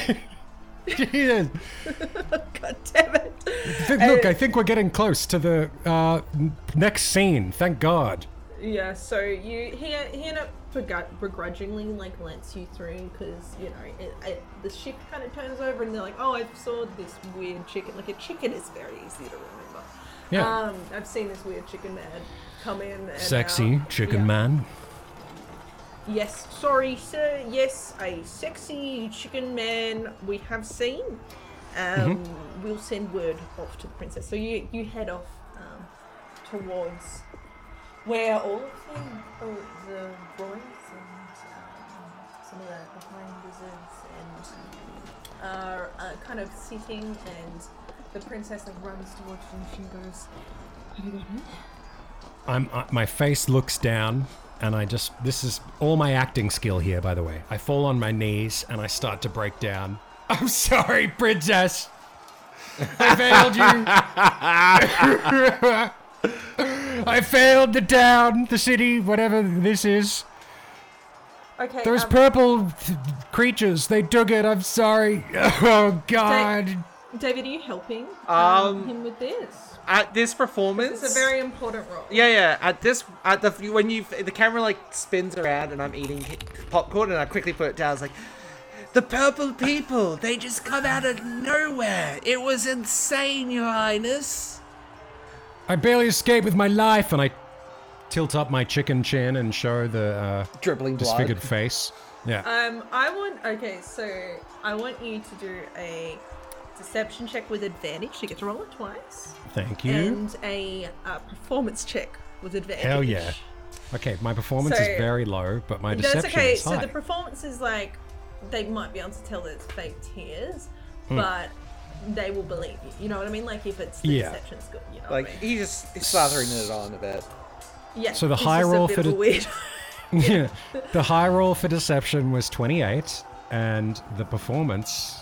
D: Jesus.
A: God damn it!
D: Th- Look, I think we're getting close to the uh, n- next scene. Thank God.
A: Yeah, so you he he ended up begru- begrudgingly like lets you through because you know it, it, the ship kind of turns over and they're like, oh, I saw this weird chicken. Like a chicken is very easy to remember.
D: Yeah.
A: Um, I've seen this weird chicken man come in. And
F: Sexy
A: out.
F: chicken
A: Yeah.
F: man.
A: Yes, sorry, sir. Yes, a sexy chicken man we have seen. Um, We'll send word off to the princess. So you, you head off um, towards where all of the, all the boys and um, some of the behind wizards and are uh, kind of sitting, and the princess like runs towards you and she goes, "Have you got it?"
D: I'm, I, my face looks down, and I just. This is all my acting skill here, by the way. I fall on my knees and I start to break down. I'm sorry, princess. I failed you. I failed the town, the city, whatever this is.
A: Okay.
D: Those
A: um,
D: purple th- creatures, they took it. I'm sorry. Oh, God.
A: David, are you helping
C: Um,
A: him with this?
C: At this performance,
A: It's a very important role.
C: yeah, yeah. At this, at the when you the camera like spins around and I'm eating ki- popcorn and I quickly put it down. I was like,
E: The purple people, they just come out of nowhere. It was insane, Your Highness.
D: I barely escaped with my life, and I tilt up my chicken chin and show the uh,
C: dribbling blood.
D: disfigured face. Yeah.
A: Um, I want. Okay, so I want you to do a deception check with advantage. You get to roll it twice,
D: Thank you.
A: and a uh, performance check with advantage.
D: Hell yeah. Okay, my performance
A: So-
D: is very low, but my deception
A: That's okay.
D: is
A: So
D: high.
A: the performance is like they might be able to tell that it's fake tears,
D: Hmm.
A: but they will believe you. You know what I mean? Like if it's the
D: Yeah.
A: deception's good. You know
C: like
A: what I mean?
C: he just he's slathering it on a bit.
A: yeah.
D: so the
A: he's
D: high
A: just
D: roll
A: a bit
D: for
A: of a
D: the-
A: weird.
D: Yeah. the high roll for deception was 28, and the performance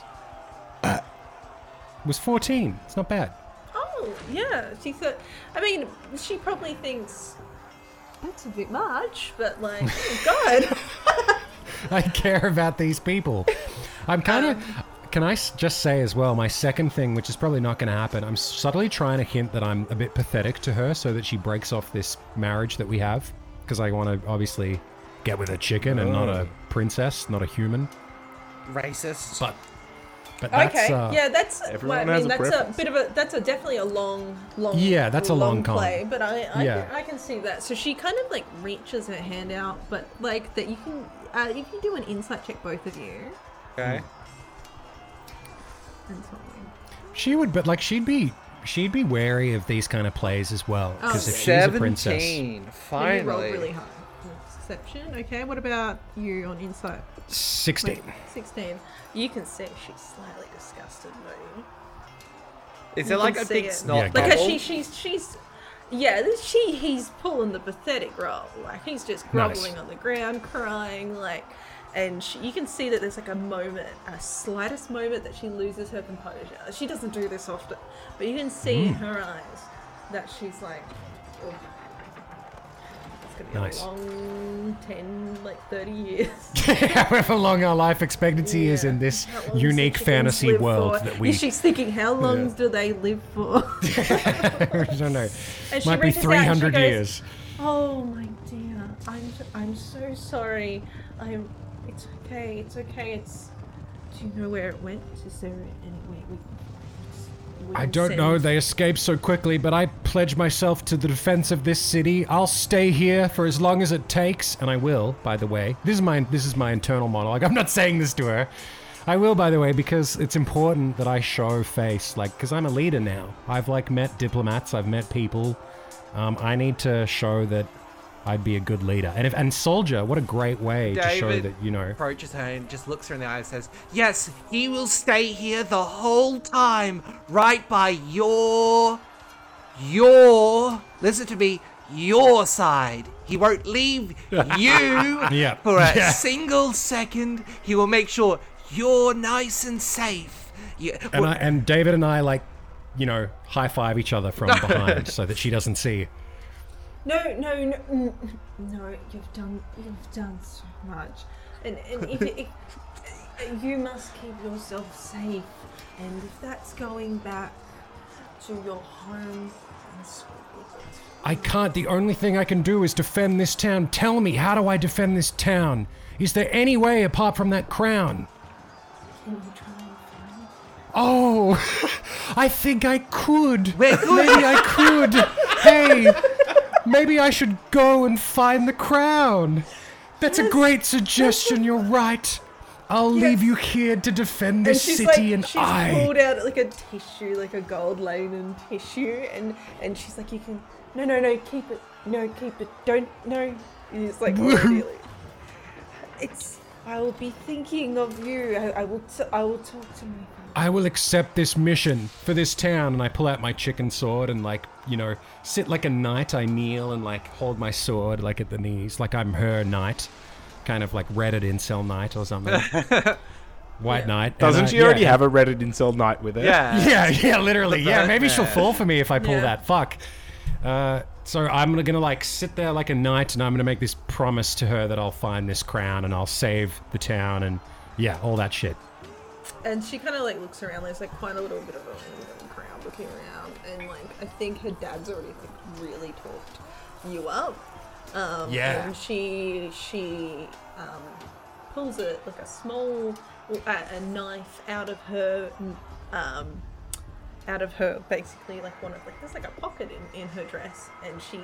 D: was 14. It's not bad.
A: Oh yeah, she thought. I mean, she probably thinks that's a bit much, but like, oh god.
D: I care about these people. I'm kind
A: Um,
D: of. can I s- just say as well, my second thing, which is probably not going to happen, I'm subtly trying to hint that I'm a bit pathetic to her so that she breaks off this marriage that we have. Because I want to obviously get with a chicken and not a princess, not a human.
C: Racist.
D: But. But that's,
A: Okay.
D: uh,
A: yeah, that's. Well,
B: Everyone
A: I
B: has
A: mean,
B: a
A: that's a
B: preference.
A: bit of a. That's a definitely a long, long.
D: Yeah, that's a long con.
A: play. But I, I,
D: Yeah.
A: can, I can see that. So she kind of like reaches her hand out, but like that you can, uh, you can do an insight check, both of you.
C: okay.
A: And something.
D: she would, but like she'd be, she'd be wary of these kind of plays as well.
A: Oh.
D: Because if she's a princess,
C: Seventeen.
A: But You rolled
C: Finally.
A: really high. Deception. Okay. What about you on insight?
D: sixteen.
A: Sixteen. You can see she's slightly disgusted by you.
C: Is
A: You
C: it like
A: can
C: a
A: see
C: big
A: it.
C: snot?
D: Yeah,
A: Like
C: bubble?
A: uh, she, she's, she's, yeah, this- she, he's pulling the pathetic role. Like he's just
D: Nice.
A: groveling on the ground, crying, like, and she, you can see that there's like a moment, a slightest moment that she loses her composure. She doesn't do this often, but you can see in
D: Hmm.
A: her eyes that she's like, "Oh, it's gonna be
D: Nice.
A: a long ten, like thirty years.
D: However long our life expectancy is
A: Yeah.
D: in this
A: How long does
D: unique
A: chickens
D: fantasy
A: live
D: world
A: for?
D: that we
A: And she's thinking, how long do they live for?
D: I don't know.
A: And she
D: Might be
A: reaches out and she
D: 300
A: goes,
D: years.
A: Oh my dear, I'm I'm so sorry. I'm. It's okay. It's okay. It's. Do you know where it went? Is there any way we? can- we
D: I
A: can
D: don't know.
A: send-
D: They escaped so quickly, but I pledge myself to the defense of this city. I'll stay here for as long as it takes, and I will. By the way, this is my this is my internal monologue. I'm not saying this to her. I will, by the way, because it's important that I show face, like, because I'm a leader now. I've like met diplomats. I've met people. Um, I need to show that I'd be a good leader. And if and soldier, what a great way to show
C: David
D: that you know.
C: approaches her and just looks her in the eye and says, Yes, he will stay here the whole time, right by your your listen to me your side he won't leave you
D: Yeah.
C: for a
D: Yeah.
C: single second he will make sure you're nice and safe you,
D: And, I, and David and I, like, you know, high five each other from behind so that she doesn't see.
G: No, no, no, mm, no. You've done, you've done so much, and and if it, if- you must keep yourself safe. And if that's going back to your home and school,
D: I can't. The only thing I can do is defend this town. Tell me, how do I defend this town? Is there any way apart from that crown?
G: can you try and find?
D: Oh, I think I could. Maybe I could. Hey, maybe I should go and find the crown. That's a great suggestion. You're right. I'll leave you here to defend this city, and
G: she's
D: I.
G: pulled out like a tissue, like a gold laden tissue, and and she's like, you can, no, no, no, keep it, no, keep it, don't, no. And it's like, really, it's. I will be thinking of you. I, I will. T- I will talk to my.
D: I will accept this mission for this town, and I pull out my chicken sword and like you know sit like a knight. I kneel and like hold my sword like at the knees, like I'm her knight, kind of like Reddit incel knight or something. White knight. and I-
B: Doesn't she already
D: yeah.
B: have a Reddit incel night with her?
A: Yeah.
D: Yeah, yeah, literally. Yeah, maybe she'll
A: Batman.
D: fall for me if I pull
G: Yeah.
D: that. Fuck. Uh, so I'm gonna like sit there like a knight, and I'm gonna make this promise to her that I'll find this crown and I'll save the town, and yeah, all that shit.
G: And she kind of like looks around. There's like quite a little bit of a crowd looking around, and like I think her dad's already like really talked you up. Um,
D: Yeah.
G: And she she um, pulls a like a small a, a knife out of her um, out of her basically like one of like there's like a pocket in, in her dress, and she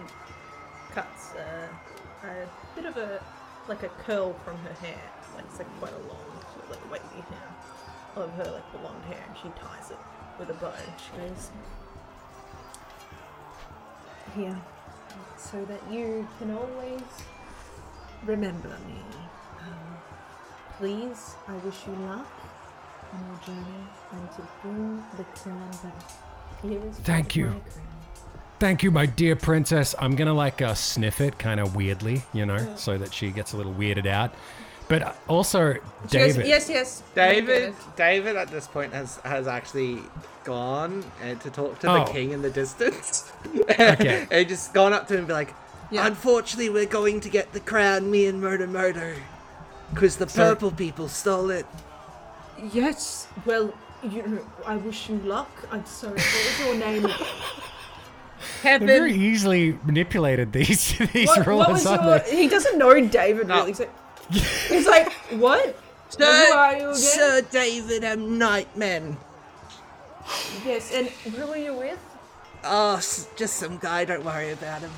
G: cuts a, a bit of a like a curl from her hair. Like it's like quite a long, sort of like wavy hair of her like blonde hair, and she ties it with a bow. She goes here, so that you can always remember me. Um, please, I wish you luck on your journey and to bring the crown back. Here is
D: Thank you.
G: my crown.
D: Thank you, my dear princess. I'm gonna like uh, sniff it kind of weirdly, you know, so that she gets a little weirded out. But uh, also,
G: She
D: David.
G: goes, yes, yes.
A: David, David at this point has has actually gone and to talk to
D: Oh.
A: the king in the distance.
D: Okay.
A: and just gone up to him and be like,
G: Yeah.
C: unfortunately we're going to get the crown me and murder murder because the purple people stole it
G: Yes. Well, you know, I wish you luck. I'm sorry. What was your name? again?
D: They
G: Heaven.
D: very easily manipulated these these
G: what,
D: rulers.
G: what was
D: aren't
G: your?
D: they?
G: He doesn't know David
A: No.
G: really. He's like, he's like what? Who are you again?
C: sir david m nightman
G: Yes. And who were you with?
C: Oh, s- just some guy, don't worry about him.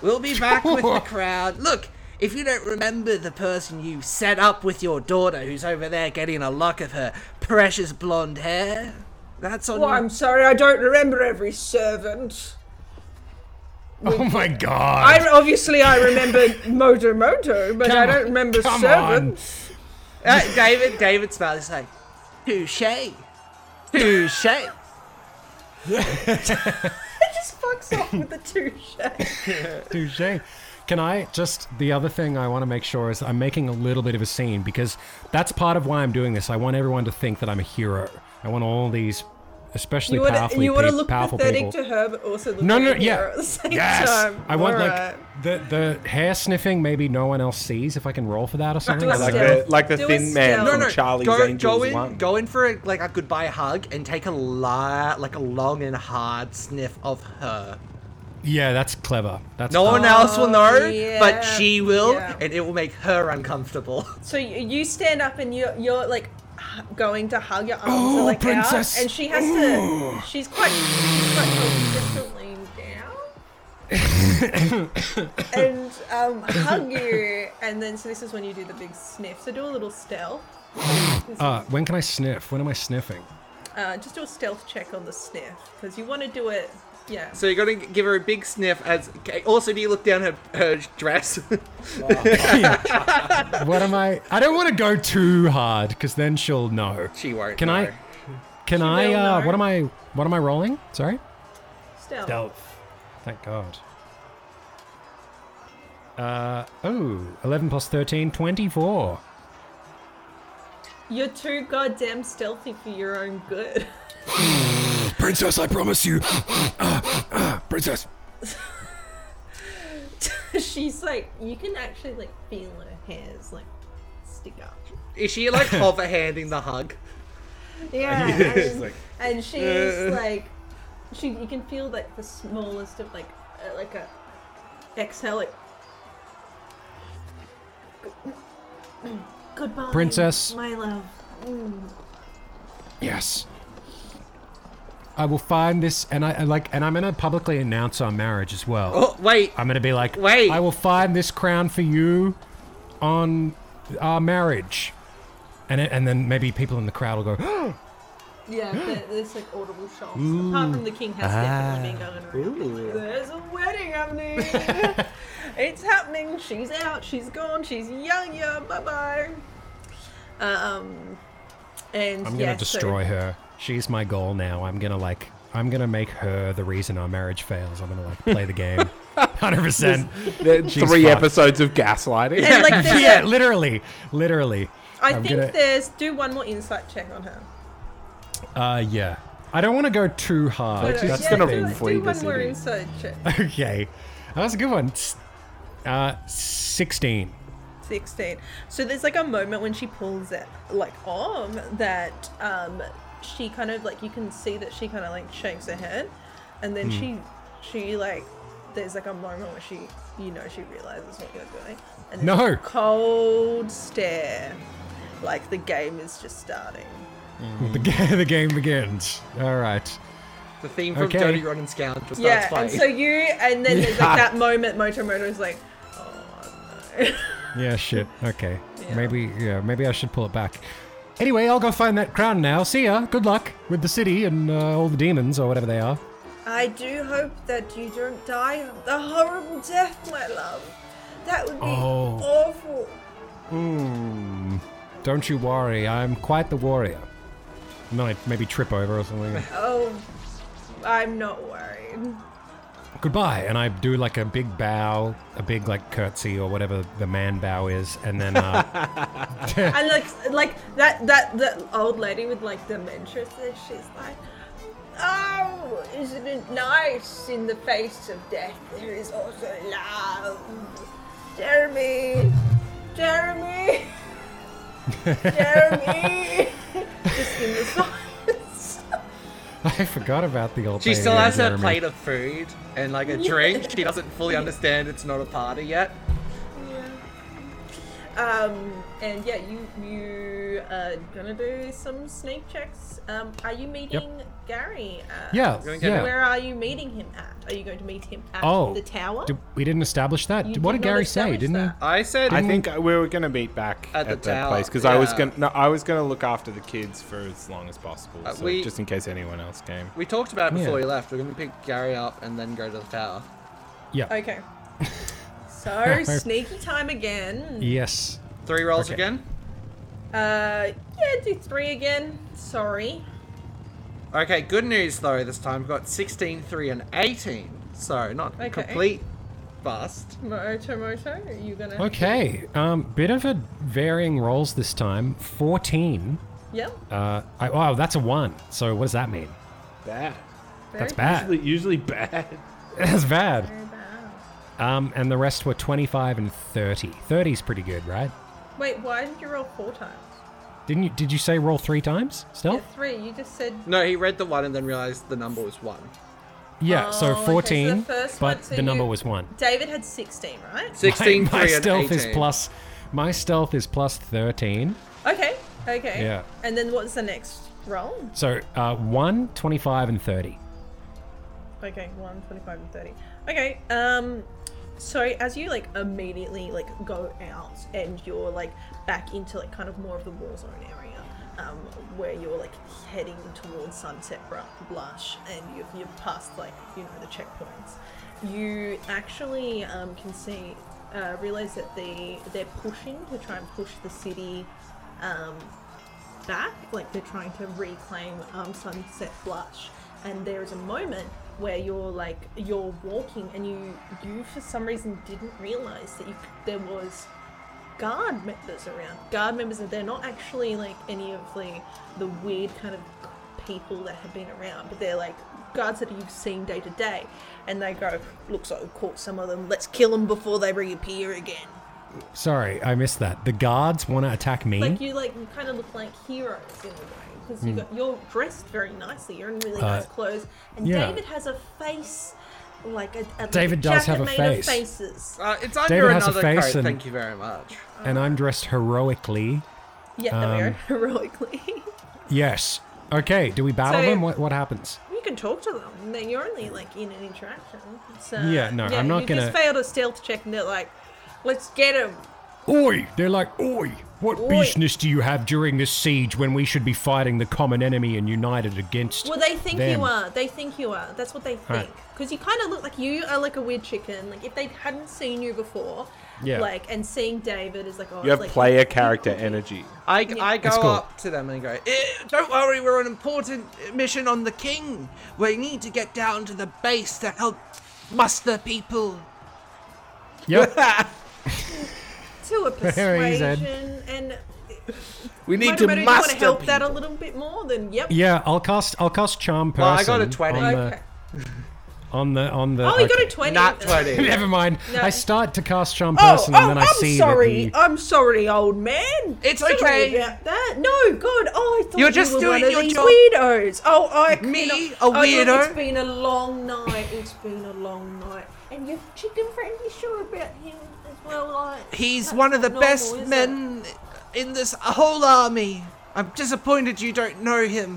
C: We'll be back with the crowd. Look, if you don't remember the person you set up with your daughter who's over there getting a lock of her precious blonde hair, that's on
G: Well,
C: you.
G: Oh, I'm sorry. I don't remember every servant.
D: Oh my god!
G: I obviously I remember Moto Moto, but I
D: Come on,
G: don't remember
D: come
G: servants.
C: Uh, David, David smiles he's like, touche. Touche.
G: It just fucks off with the two shades.
D: Touche. Can I just the other thing I want to make sure is I'm making a little bit of a scene because that's part of why I'm doing this. I want everyone to think that I'm a hero. I want all these, especially
G: You want to
D: powerfully
G: you want to
D: pe-
G: look
D: powerful
G: pathetic
D: people.
G: to her, but also look
D: no,
G: like
D: no,
G: a hero
D: yeah,
G: at the same
D: yes.
G: time.
D: I want
G: Alright.
D: like the the hair sniffing. Maybe no one else sees if I can roll for that or something.
G: Do a
D: I don't
B: Like
D: know.
G: stealth.
B: the, like the
G: Do a
B: thin man
G: stealth.
B: from
G: No,
B: Charlie's
A: go,
B: Angels
A: go in,
B: 1.
A: go in for a, like a goodbye hug and take a la- like a long and hard sniff of her.
D: yeah, that's clever. That's
A: No one
D: clever.
A: else will know,
G: Oh, yeah,
A: but she will,
G: yeah.
A: and it will make her uncomfortable.
G: So y- you stand up and you're, you're like h- going to hug your arms are,
D: Oh,
G: like
D: princess.
G: out, and she has to. She's quite, she's quite consistently down, and um, hug you, and then so this is when you do the big sniff. So do a little stealth.
D: Uh, when can I sniff? When am I sniffing?
G: Uh, just do a stealth check on the sniff because you want to do it. Yeah.
A: So you're gonna g- give her a big sniff. As okay, also, do you look down her, her dress?
D: What am I? I don't want to go too hard because then she'll know.
A: she won't.
D: Can
A: know.
D: I? Can I?
G: will
D: Uh,
G: know.
D: what am I? What am I rolling? Sorry.
G: stealth.
D: Stealth. Thank God. Uh, oh, 11 plus 13, 24.
A: You're too goddamn stealthy for your own good.
F: Princess, I promise you. Uh, princess.
A: She's like, you can actually like feel her hairs like stick up.
C: Is she like hover handing the hug?
A: Yeah.
B: She's
A: and,
B: like,
A: and she's like, she you can feel like the smallest of like uh, like a exhale like. Goodbye,
D: Princess.
A: My love.
D: Yes. I will find this, and I I like, and I'm gonna publicly announce our marriage as well.
C: Oh wait,
D: I'm gonna be like,
C: Wait.
D: I will find this crown for you on our marriage, and it, and then maybe people in the crowd will go,
A: Yeah, there- there's like audible shots. Apart from the king has definitely
D: Ah.
A: been going around. There's a wedding happening. it's happening. She's out. She's gone. She's young. Yeah. Bye bye. Um, and
D: I'm
A: yeah,
D: gonna
A: so-
D: destroy her. She's my goal now. I'm gonna like, I'm gonna make her the reason our marriage fails. I'm gonna like play the game, hundred percent.
B: There-
D: She's
B: three
D: fucked.
B: episodes of gaslighting.
A: and like, there's
D: Yeah,
A: a-
D: literally, literally.
A: I
D: I'm
A: think
D: gonna-
A: there's do one more insight check on her.
D: Uh, yeah. I don't want to go too hard.
B: she's
D: That's
B: just
A: yeah, do,
B: gonna flee
A: do one
B: the
A: more
B: city.
A: insight check.
D: okay. That was a good one. S- Uh, sixteen.
A: 16 so there's like a moment when she pulls it like off that um she kind of like you can see that she kind of like shakes her head and then she she like there's like a moment where she you know she realizes what you're doing and there's
D: No.
A: a cold stare like the game is just starting
D: The, ga- the game begins. All right.
C: the theme from
D: Okay.
C: Dirty Rotten Scoundrel starts
A: yeah
C: playing.
A: and so you and then there's like that moment motomoto is like oh no
D: Yeah. Shit. Okay.
A: Yeah.
D: Maybe. Yeah. Maybe I should pull it back. Anyway, I'll go find that crown now. See ya. Good luck with the city and uh, all the demons or whatever they are.
A: I do hope that you don't die of the horrible death, my love. That would be
D: Oh.
A: awful.
C: Hmm.
D: Don't you worry. I'm quite the warrior. And then I maybe trip over or something.
A: Oh, I'm not worried.
D: Goodbye. And I do like a big bow, a big like curtsy or whatever the man bow is, and then. Uh,
A: And like, like that, that, that old lady with like dementia, so she's like, "Oh, isn't it nice? In the face of death, there is also love." Jeremy, Jeremy, Jeremy, just in the silence.
D: I forgot about the old.
C: she
D: lady
C: still
D: and
C: has her
D: Jeremy.
C: plate of food and like a drink. She doesn't fully understand it's not a party yet.
A: Um, and yeah, you you uh, gonna do some snake checks. Um, are you meeting Gary? At,
D: Yeah,
C: Going to-
D: yeah.
A: Where are you meeting him at? Are you going to meet him at
D: Oh,
A: the tower?
D: Did- we didn't establish that.
A: You
D: Did- what
A: did
D: did
A: not
D: Gary say?
A: establish
D: Didn't
A: that.
C: I said
B: I think we were gonna meet back
C: At
B: at,
C: the
B: that
C: tower,
B: place because I was
C: yeah.
B: gonna no, I was gonna look after the kids for as long as possible, so
C: we-
B: just in case anyone else came.
C: we talked about it before we
D: Yeah.
C: left. We're gonna pick Gary up and then go to the tower.
D: he? Yeah.
A: Okay. So sneaky time again.
D: Yes.
C: Three rolls
D: Okay.
C: again.
A: Uh, yeah, do three again. Sorry.
C: Okay, good news though. This time we've got 16, 3, and 18. So not
A: Okay.
C: complete bust.
A: Moto Moto, are you gonna?
D: Okay. Um, bit of a varying rolls this time. Fourteen.
A: Yep.
D: Uh, I, oh, that's a one. So what does that mean?
B: Bad.
A: Very
D: That's bad.
B: usually bad.
D: That's bad.
A: Very bad.
D: Um, and the rest were twenty-five and thirty. 30's pretty good, right?
A: Wait, why did you roll four times?
D: Didn't you? Did you say roll three times?
A: Yeah,
D: Still?
A: three. You just said
C: No, he read the one and then realized the number was one.
D: Yeah.
A: Oh,
D: so
A: okay, so the
D: fourteen,
A: first
D: but
A: one, so
D: the number
A: you-
D: was one.
A: David had sixteen, right?
C: 16,
D: my,
C: 3,
D: my
C: and
D: stealth
C: 18.
D: is plus. My stealth is plus thirteen.
A: Okay, okay.
D: Yeah.
A: And then what's the next roll?
D: So uh, one, 25, and thirty.
A: Okay, 1, 25, and 30. Okay, um, so as you like immediately like go out and you're like back into like kind of more of the war zone area, um, where you're like heading towards Sunset Bru- Blush and you've, you've passed like, you know, the checkpoints, you actually um, can see, uh, realize that they, they're pushing to try and push the city back, like they're trying to reclaim um, Sunset Blush. And there is a moment where you're like you're walking and you you for some reason didn't realize that you, there was guard members around. Guard members, and they're not actually like any of the the weird kind of people that have been around, but they're like guards that you've seen day to day. And they go, "Looks like we caught some of them. Let's kill them before they reappear again."
D: Sorry, I missed that. The guards want to attack me.
A: Like you, like you kind of look like heroes in a way because
D: Hmm.
A: you got you're dressed very nicely. You're in really nice clothes, and
D: Uh, yeah.
A: David has a face like a, a
D: David
A: like a
D: does have
A: jacket
D: a
A: made
D: face.
A: Of faces.
C: Uh, it's under
D: David has a
C: another
D: face
C: coat.
D: and-
C: Thank you very much.
D: and I'm dressed heroically.
A: Yeah, there
D: Um,
A: we go. Heroically,
D: Yes. Okay. Do we battle
A: So-
D: them? What What happens?
A: you can talk to them. and Then you're only like in an interaction. So
D: Yeah, no, I'm not
A: you
D: gonna-
A: just failed a stealth check, and they're like, "Let's get him."
D: Oi! They're like, oi! What
A: Oi.
D: business do you have during this siege when we should be fighting the common enemy and united against?
A: Well, they think
D: them?
A: you are. They think you are. That's what they
D: Alright.
A: think. Because you kind of look like you are like a weird chicken. Like if they hadn't seen you before,
D: Yeah.
A: Like and seeing David is like, oh,
B: You have
A: like,
B: player character energy.
C: I, I go
D: It's cool.
C: up to them and go,
E: Eh, don't worry, we're on an important mission on the king. We need to get down to the base to help muster people.
D: Yep.
A: to a
D: Very easy.
A: persuasion and.
C: "We
A: Might
C: need
A: have
C: to
A: better- do you want
C: muster
A: to help
C: people."
A: that a little bit more? Then yep.
D: yeah, I'll cast. I'll cast charm person.
C: Well, I got a 20.
D: on the
A: Okay.
D: on the on the.
A: Oh, you got
D: okay.
A: a twenty.
C: Not twenty.
D: Never mind.
A: No.
D: I start to cast charm
A: Oh,
D: person,
A: oh,
D: and then I
A: I'm
D: see
A: sorry.
D: that the,
A: I'm sorry, old man.
E: It's
A: Sorry
E: okay.
A: about that. No, God. Oh, I thought
E: You're
A: you
E: just
A: were
E: doing
A: one of
E: your
A: these
E: job.
A: weirdos. Oh, I
E: Me?
A: cannot-
E: A
A: oh, look,
E: weirdo?
A: it's been a long night. It's been a long night. And your chicken friend is sure about him as well. Like
E: He's
A: that's
E: one of the
A: not normal,
E: best
A: is it?
E: men in this whole army. I'm disappointed you don't know him.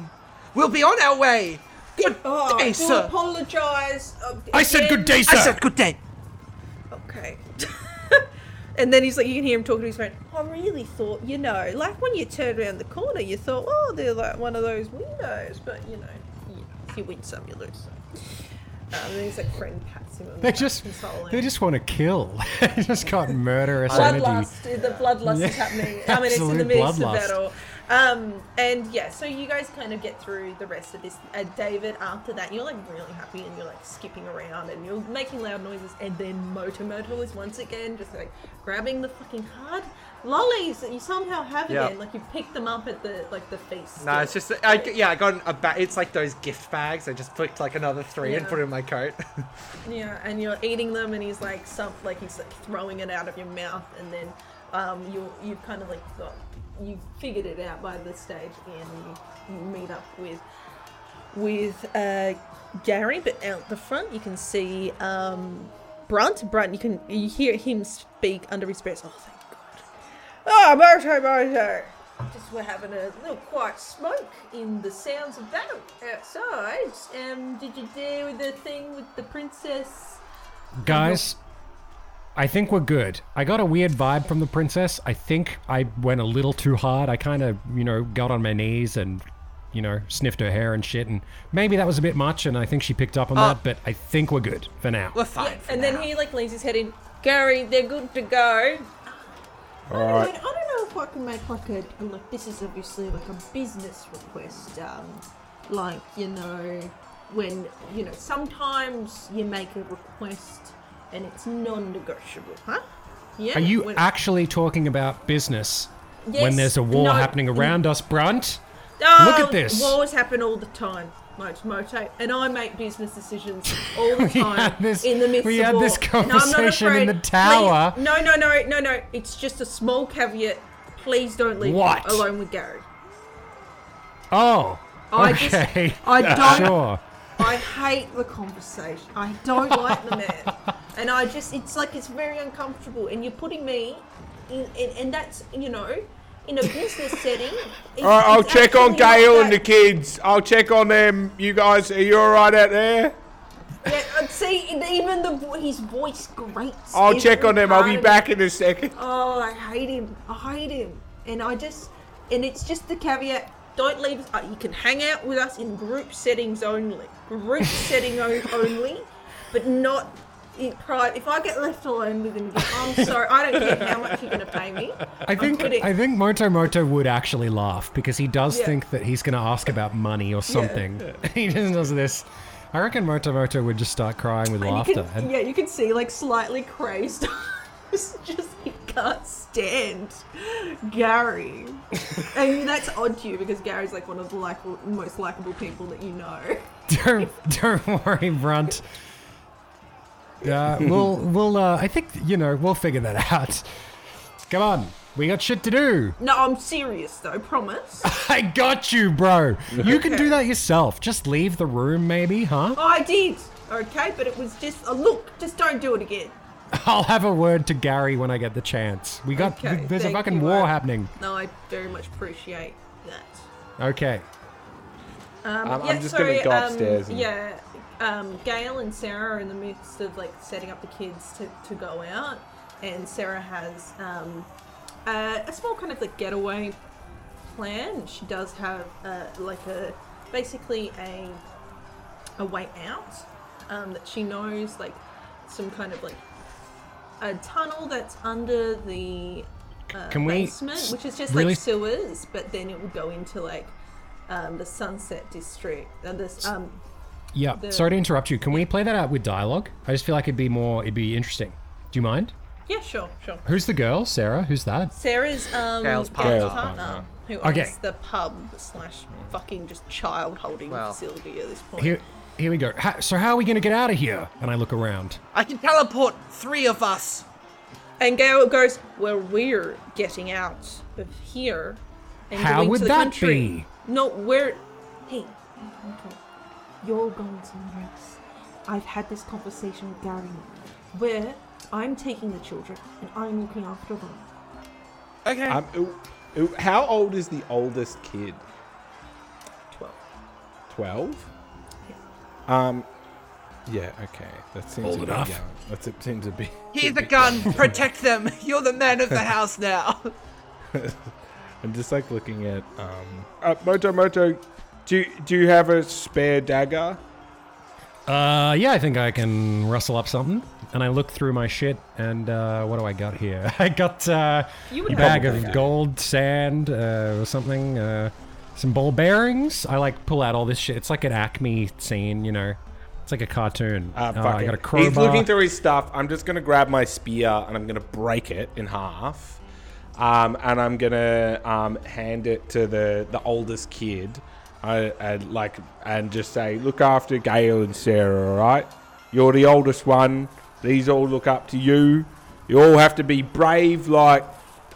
E: We'll be on our way. Good
A: Oh, I
E: day,
A: do
E: sir.
A: apologise. uh,
D: I said
A: again.
D: good day,
E: I
D: sir.
E: said good day.
A: Okay. and then he's like, you can hear him talking to his friend. I really thought, you know, like when you turn around the corner, you thought, oh, they're like one of those windows, but you know, you, you win some, you lose some. Um, and then his like friend pats him on the
D: they
A: back,
D: just
A: consoling.
D: they just want to kill. they just got murderous energy.
A: bloodlust. The bloodlust is happening. I mean, it's in the
D: absolute
A: midst of
D: bloodlust.
A: battle. Um, and yeah, so you guys kind of get through the rest of this. Uh, David, after that, you're like really happy and you're like skipping around and you're making loud noises. And then Motor Myrtle is once again just like grabbing the fucking card lollies that you somehow have
C: Yeah.
A: again. Like you picked them up at the like the feast.
C: No, it's just I, yeah. I got a ba- It's like those gift bags. I just picked like another three and
A: Yeah.
C: put it in my coat.
A: Yeah, and you're eating them, and he's like some like he's like throwing it out of your mouth, and then um, you you've kind of like got you figured it out by this stage, and you, you meet up with with uh, Gary, but out the front you can see um, Brunt. Brunt, you can you hear him speak under his breath. Oh, thank God! Oh, Moto, Moto. Just we're having a little quiet smoke in the sounds of battle outside. Um, did you do the thing with the princess?
D: Guys, I think we're good. I got a weird vibe from the princess. I think I went a little too hard. I kind of, you know, got on my knees and, you know, sniffed her hair and shit. And maybe that was a bit much, and I think she picked up on
A: Oh.
D: that, but I think we're good for now.
E: We're fine. for
A: and then
E: now.
A: he like leans his head in. Gary, they're good to go.
B: All
A: I
B: right.
A: don't know if I can make like a and, like this is obviously like a business request. Um, like you know, when you know sometimes you make a request and it's non-negotiable, huh? Yeah.
D: Are you
A: when-
D: actually talking about business
A: Yes,
D: when there's a war
A: no,
D: happening
A: n-
D: around us, Brunt?
A: Oh,
D: Look at this.
A: Wars happen all the time, Mot- Moto, and I make business decisions all the time
D: had this-
A: in the midst
D: we
A: of
D: had
A: war.
D: this
A: And I'm not
D: conversation in
A: afraid.
D: the tower.
A: Please- no, no, no, no, no. It's just a small caveat. Please don't leave
D: What?
A: me alone with Gary.
D: Oh,
A: I just-
D: okay.
A: I don't.
D: sure.
A: I hate the conversation. I don't like the man, and I just—it's like it's very uncomfortable. And you're putting me, in, in, and that's you know, in a business setting. it's-
B: All right, I'll
A: it's
B: check
A: actually
B: on
A: not
B: Gail and the
A: that-
B: kids. I'll check on them. You guys, are you all right out there?
A: Yeah, uh, see, and even the vo- his voice grates.
B: I'll
A: every
B: check on them. I'll be
A: time.
B: back in a second.
A: Oh, I hate him. I hate him. And I just, and it's just the caveat: don't leave. Us. Uh, you can hang out with us in group settings only. Group setting o- only, but not in private. If I get left alone with him, again, I'm sorry. I don't care how much you're gonna pay me.
D: I think
A: quitting.
D: I think Moto Moto would actually laugh because he does
A: Yeah.
D: think that he's going to ask about money or something. he just does this I reckon Motomoto would just start crying with
A: And
D: laughter.
A: You can,
D: and-
A: yeah, you can see like slightly crazed eyes. Just he can't stand Gary, and that's odd to you because Gary's like one of the likable, most likable people that you know.
D: don't don't worry, Brunt. Yeah, we'll we'll. Uh, I think you know we'll figure that out. Come on, we got shit to do.
A: No, I'm serious though. Promise. oh,
D: I got you, bro. You can do that yourself. Just leave the room, maybe, huh?
A: I did. Okay, but it was just a look. Just don't do it again.
D: I'll have a word to Gary when I get the chance. We got
A: Okay,
D: th- there's a
A: thank
D: fucking
A: you,
D: war
A: I-
D: happening.
A: No, I very much appreciate that.
D: Okay,
B: Um,
A: Yeah,
B: I'm just
A: sorry,
B: gonna go
A: um,
B: upstairs. and-
A: yeah, um, Gail and Sarah are in the midst of like setting up the kids to, to go out, and Sarah has um, uh, a small kind of like getaway plan. She does have uh, like a basically a a way out um, that she knows like some kind of like a tunnel that's under the uh,
D: can we
A: basement,
D: s-
A: which is just
D: really-
A: like sewers, but then it would go into like um, the Sunset District. Uh, this, um,
D: yeah.
A: the-
D: Sorry to interrupt you. Can we play that out with dialogue? I just feel like it'd be more. It'd be interesting. Do you mind?
A: yeah, sure, sure.
D: Who's the girl? Sarah. Who's that?
A: Sarah's um, Gail's
C: Gail's partner.
A: partner,
B: Gail's partner.
A: who owns
D: Okay.
A: the pub slash fucking just child holding
C: Well.
A: facility at this point.
D: Here, here we go. How, so how are we gonna get out of here? And I look around.
E: I can teleport three of us.
A: And Gail goes, "Well, we're getting out of here." And
D: How
A: going
D: would
A: to the
D: that
A: country.
D: be?
A: No, we're. Hey, Michael, you're going to the race. I've had this conversation with Gary, where I'm taking the children and I'm looking after them.
E: Okay.
B: Um, ooh, ooh, how old is the oldest kid?
A: Twelve.
B: 12? Um, yeah, okay. That seems
D: Old
B: a bit
D: enough.
B: young. That se- seems a bit.
E: Here's the gun. Protect them. You're the man of the house now.
B: I'm just like looking at. um uh, Moto Moto, do you, do you have a spare dagger?
D: Uh, yeah, I think I can rustle up something. And I look through my shit, and uh, what do I got here? I got uh,
A: You
D: a
A: would
D: bag
A: have-
D: of gold, sand, uh, or something. Uh, some ball bearings. I like pull out all this shit. It's like an Acme scene, you know. It's like a cartoon.
B: Uh,
D: Uh,
B: fuck
D: I
B: it.
D: got a crowbar.
B: He's looking through his stuff. I'm just gonna grab my spear and I'm gonna break it in half, um, and I'm gonna um, hand it to the the oldest kid, I, I like, and just say, "Look after Gail and Sarah, all right? You're the oldest one. These all look up to you. You all have to be brave, like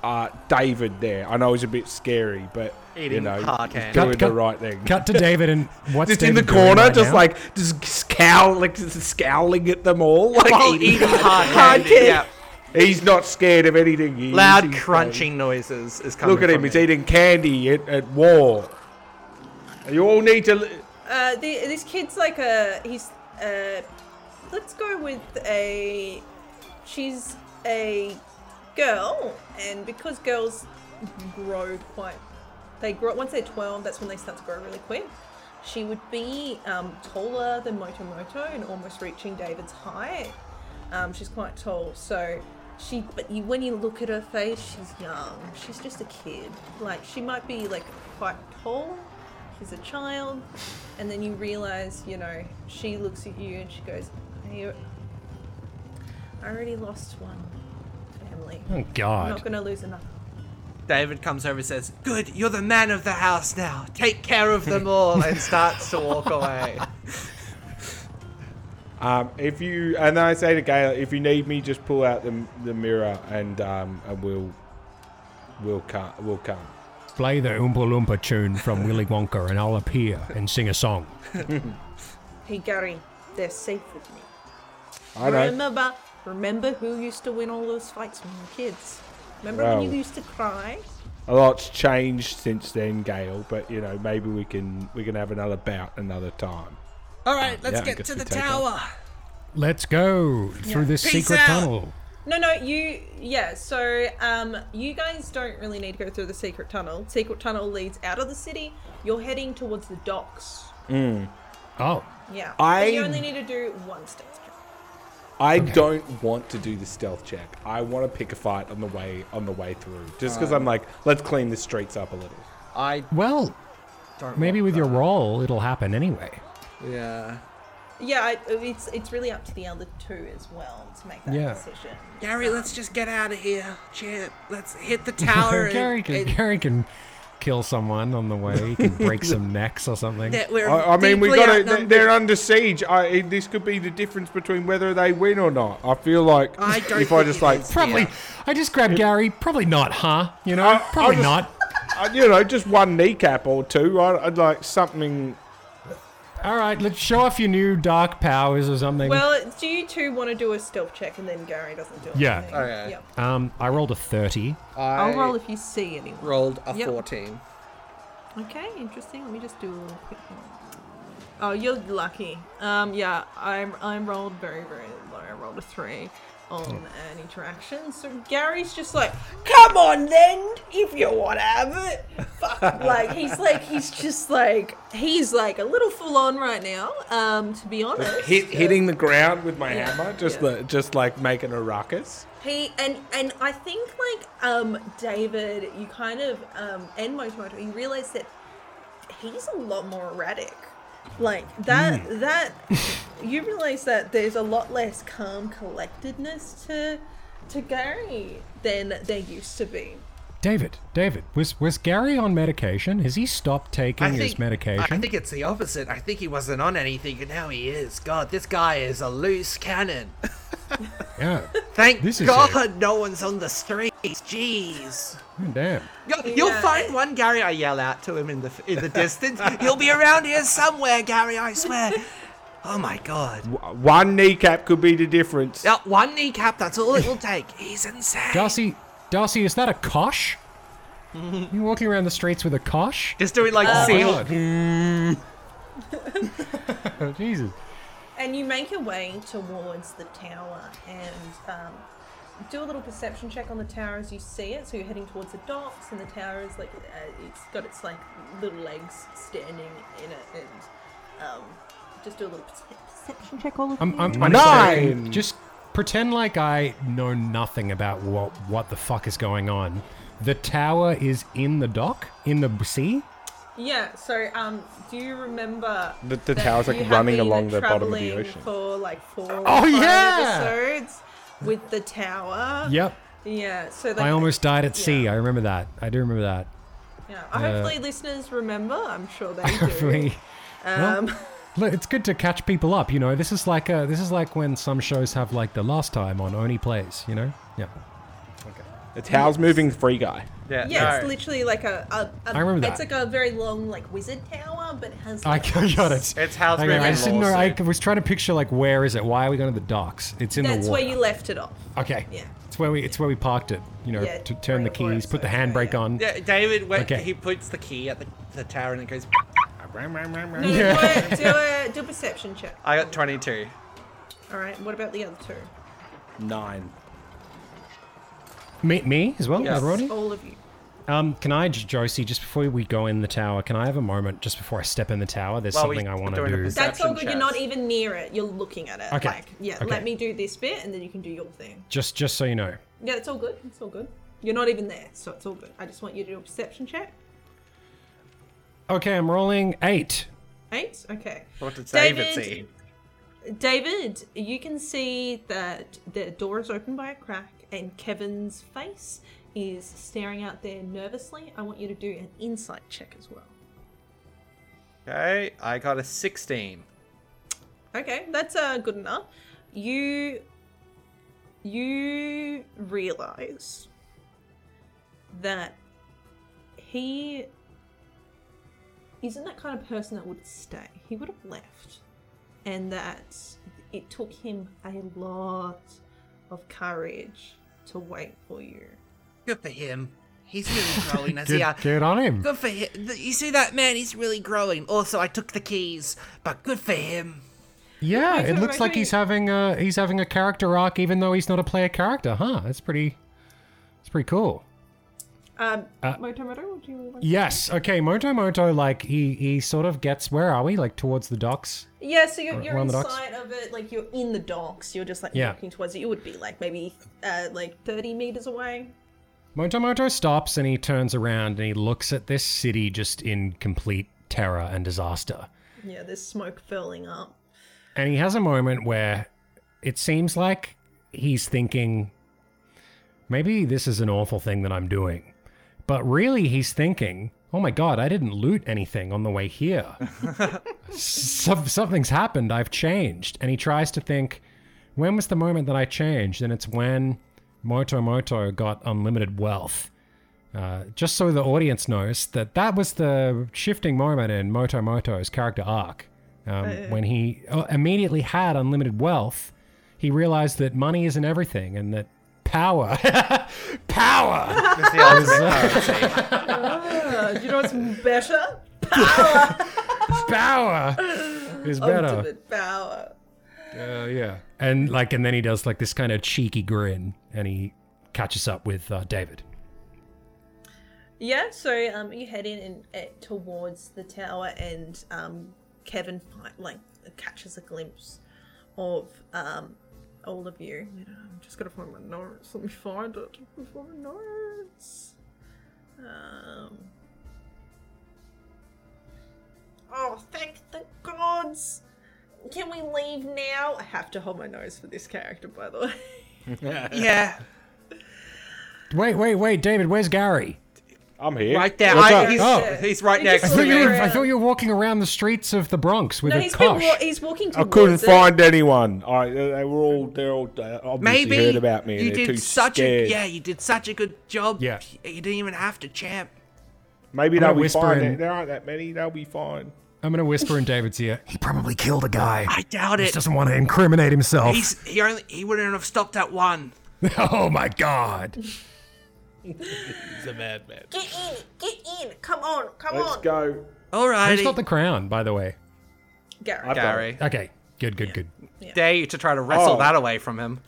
B: uh, David. There, I know he's a bit scary, but." you
C: Eating
B: know,
C: hard
B: he's
C: candy.
B: doing
D: Cut,
B: the
D: cut.
B: right thing
D: Cut to David and what's
B: just in the
D: David doing
B: corner,
D: right
B: just
D: now?
B: like just scowl, like just scowling at them all. Like
C: While
B: eating.
C: eating hard candy.
A: candy.
C: Yeah.
B: he's not scared of anything. He's
C: Loud
B: he's-
C: crunching noises is coming.
B: Look at him.
C: from
B: He's
C: it.
B: eating candy at, at war. You all need to. li-
A: Uh, the, this kid's like a he's uh, let's go with a she's a girl, and because girls grow quite, they grow once they're twelve. That's when they start to grow really quick. She would be um, taller than Motomoto and almost reaching David's height. Um, she's quite tall, so she. But you, when you look at her face, she's young. She's just a kid. Like she might be like quite tall. She's a child, and then you realize, you know, she looks at you and she goes, "I, I already lost one family.
D: Oh
A: I'm
D: God.
A: not gonna lose another."
E: David comes over and says, Good, you're the man of the house now. Take care of them all.
C: Ball and starts to walk away.
B: Um, if you and then I say to Gail, if you need me, just pull out the, the mirror and um, and we'll we'll come we'll come.
D: Play the Oompa Loompa tune from Willy Wonka, and I'll appear and sing a song.
A: Hey Gary, they're safe with me.
B: I know.
A: Remember, remember who used to win all those fights when we were kids. Remember
B: Wow.
A: when you used to cry?
B: A lot's changed since then, Gail. But you know, maybe we can we can have another bout another time.
E: all right, let's
B: Yeah, I
E: get
B: guess
E: to
B: we
E: the
B: take off.
E: tower.
D: Let's go through this
E: Peace
D: secret
E: out.
D: tunnel.
A: No, no, you, yeah. So, um, you guys don't really need to go through the secret tunnel. Secret tunnel leads out of the city. You're heading towards the docks.
D: Oh,
A: Yeah.
B: I-
A: But you only need to do one step.
B: I don't want to do the stealth check. I want to pick a fight on the way on the way through, just because I'm like, let's clean the streets up a little.
C: I
D: well,
C: don't.
D: maybe
C: want
D: with your
C: that.
D: roll, it'll happen anyway.
C: Yeah.
G: Yeah, I, oh, it's it's really up to the other two as well to make that
D: Yeah.
G: decision.
E: Gary, let's just get out of here. Champ, let's hit the tower. and-
D: Gary can,
E: and
D: Gary can kill someone on the way. He can break some necks or something.
E: that we're
B: I, I mean, we
E: deeply
B: got it. They're
E: outnumbered.
B: under siege. I, it- this could be the difference between whether they win or not. I feel like
E: I don't
B: if I
E: think
B: just
E: it
B: like,
E: is.
D: Probably. I just grabbed Gary. Probably not, huh? You know,
B: I- I'll
D: probably
B: just-
D: not.
B: I, you know, just one kneecap or two, I, I'd like something.
D: All right, let's show off your new dark powers or something.
G: Well, do you two want to do a stealth check and then Gary doesn't do it?
D: Yeah.
C: Okay.
G: Yep.
D: um, I rolled a thirty.
C: I
G: I'll roll if you see anyone.
C: rolled a
G: Yep.
C: 14.
G: Okay, interesting. Let me just do a little quick one. Oh, you're lucky. Um, yeah, I'm I'm rolled very very low. I rolled a three on an interaction. So Gary's just like, come on then, if you want to have it. Fuck. like he's like he's just like he's like a little full on right now. Um, to be honest,
B: Hit, hitting the ground with my hammer, just
G: yeah.
B: the, just like making a ruckus.
G: He and and I think like um David, you kind of um and Motomoto, you realize that he's a lot more erratic. Like that that you realize that there's a lot less calm collectedness to to Gary than there used to be.
D: David, David, was was Gary on medication? Has he stopped taking
E: I
D: his
E: think,
D: medication?
E: I think it's the opposite. I think he wasn't on anything, and now he is. God, this guy is a loose cannon.
D: yeah.
E: Thank
D: This is
E: God no one's on the streets. Jeez.
D: Oh, Damn.
E: You'll, you'll
G: Yeah.
E: find one, Gary. I yell out to him in the in the distance. He'll be around here somewhere, Gary. I swear. Oh my God.
B: W- One kneecap could be the difference.
E: That one kneecap. That's all it will take. He's insane.
D: Darcy, Darcy, is that a kosh? you walking around the streets with a kosh?
E: Just doing like
C: Uh,
E: seal.
D: Oh, Jesus.
G: And you make your way towards the tower and um, do a little perception check on the tower as you see it. So you're heading towards the docks, and the tower is like uh, it's got its like little legs standing in it, and um, just do a little perce- perception check. All of
D: I'm,
G: you.
D: I'm, I'm
B: Nine.
D: sorry. Just pretend like I know nothing about what what the fuck is going on. The tower is in the dock, in the sea.
G: Yeah. So, um, do you remember
B: The- the
G: that
B: tower's, like,
G: you have
B: running
G: been
B: along the bottom of the
G: travelling
B: ocean.
G: for like four or
D: Oh,
G: five
D: yeah!
G: episodes with the tower?
D: Yep.
G: Yeah. So like,
D: I almost died at sea.
G: Yeah.
D: I remember that. I do remember that.
G: Yeah. Hopefully, listeners remember. I'm sure they do.
D: For me. Well, look, it's good to catch people up. You know, this is like uh this is like when some shows have like the last time on Oni plays. You know. Yeah.
B: It's how's moving free guy.
C: Yeah,
G: Yeah, it's
C: no.
G: literally like a. a, a
D: I remember
G: It's
D: that.
G: like a very long, like wizard tower, but it has.
D: I
G: Like,
D: got it.
C: It's House
D: Okay, I
C: Moving
D: just didn't know. I
C: Lawsuit.
D: was trying to picture like where is it? Why are we going to the docks? It's in
G: that's
D: the
G: where
D: water.
G: you left it off.
D: Okay.
G: Yeah.
D: It's where we it's where we parked it. You know,
G: Yeah,
D: to turn the
G: right before
D: keys, put the
G: it's over,
D: handbrake
G: yeah.
D: on.
C: Yeah, David, when
D: Okay.
C: he puts the key at the, the tower and it goes.
G: No, no, do, a, do, a, do a perception check.
C: I got 22.
G: All right. What about the other two?
B: Nine.
D: Me, me as well,
C: Yes. Oh.
D: everybody?
G: All of you.
D: Um, can I, J- Josie, just before we go in the tower, can I have a moment just before I step in the tower? There's
C: Well, we-
D: something I
C: we're
D: want to
C: doing a
D: do.
C: perce-
G: That's all good.
C: Perception
G: You're not
C: checks.
G: even near it. You're looking at it.
D: Okay.
G: Like, yeah.
D: Okay.
G: Let me do this bit, and then you can do your thing.
D: Just just so you know.
G: Yeah, it's all good. It's all good. You're not even there, so it's all good. I just want you to do a perception check.
D: Okay, I'm rolling eight.
G: Eight. Okay.
C: What did David,
G: David-
C: see?
G: David, you can see that the door is open by a crack, and Kevin's face is staring out there nervously. I want you to do an insight check as well.
C: Okay, I got a 16.
G: Okay, that's uh, good enough. You you realize that he isn't that kind of person that would stay. He would have left, and that it took him a lot of courage to wait for you.
E: Good for him. He's really growing as
D: Good,
E: he are.
D: good on him.
E: Good for him. Th- You see that man? He's really growing. Also, I took the keys, but good for him.
D: Yeah,
G: Wait,
D: it
G: so
D: looks like
G: actually-
D: he's having a he's having a character arc, even though he's not a player character, huh? That's pretty. It's pretty cool.
G: Um, Motomoto, would you? Like
D: Yes. Okay. Moto Moto, like he he sort of gets. Where are we? Like towards the docks.
G: Yeah, so you're, you're
D: around the docks?
G: inside of it, like you're in the docks. You're just like
D: Yeah.
G: walking towards it. You would be like maybe uh, like thirty meters away.
D: Motomoto stops and he turns around and he looks at this city just in complete terror and disaster.
G: Yeah, there's smoke filling up.
D: and he has a moment where it seems like he's thinking, maybe this is an awful thing that I'm doing. But really, he's thinking, oh my God, I didn't loot anything on the way here. Some, something's happened. I've changed. And he tries to think, when was the moment that I changed? And it's when Moto Moto got unlimited wealth. Uh, just so the audience knows that that was the shifting moment in Moto Moto's character arc. Um, when he uh, immediately had unlimited wealth, he realized that money isn't everything and that power, power uh,
C: It's the ultimate currency.
G: Ah, do you know what's better?
D: power is better.
G: Ultimate power.
D: Uh, yeah. And like, and then he does like this kind of cheeky grin, and he catches up with uh, David.
G: Yeah, so um, you head in and uh, towards the tower, and um, Kevin fi- like catches a glimpse of um, all of you. Wait, I'm just gonna find my notes. Let me find it. Let me find my notes. Um. Oh, thank the gods! Can we leave now? I have to hold my nose for this character, by the way.
H: Yeah,
D: Wait, wait, wait, David, where's Gary?
B: I'm here.
C: Right there.
B: What's
C: I-
B: up?
C: he's, uh,
D: Oh.
C: he's right
G: He
C: next
G: just
D: I
C: to
D: thought, you
C: me.
D: were, I thought you were walking around the streets of the Bronx with
G: No,
D: a
G: he's been
D: kosh.
G: wa- he's walking
B: I
G: towards
B: couldn't
G: it.
B: find anyone. All right, they were all they're all uh, obviously
H: maybe
B: heard about me. and
H: you
B: they're too
H: did such
B: scared.
H: a yeah, you did such a good job.
D: Yeah.
H: you didn't even have to champ.
B: Maybe
D: I'm gonna
B: they'll be
D: whisper
B: fine.
D: in-
B: There aren't that many. They'll be fine.
D: I'm gonna whisper in David's ear. He probably killed a guy.
H: I doubt
D: He
H: it.
D: doesn't want to incriminate himself.
H: He's he only he wouldn't have stopped at one.
D: Oh my god.
I: He's a madman.
G: Get in! Get in! Come on! Come
B: Let's
G: on!
B: go.
D: Who's got
H: Alrighty,
D: the crown, by the way?
G: Gary.
B: I've got it.
C: Gary,
D: Okay, good, good, good.
C: dare you to try to wrestle
B: Oh.
C: that away from him?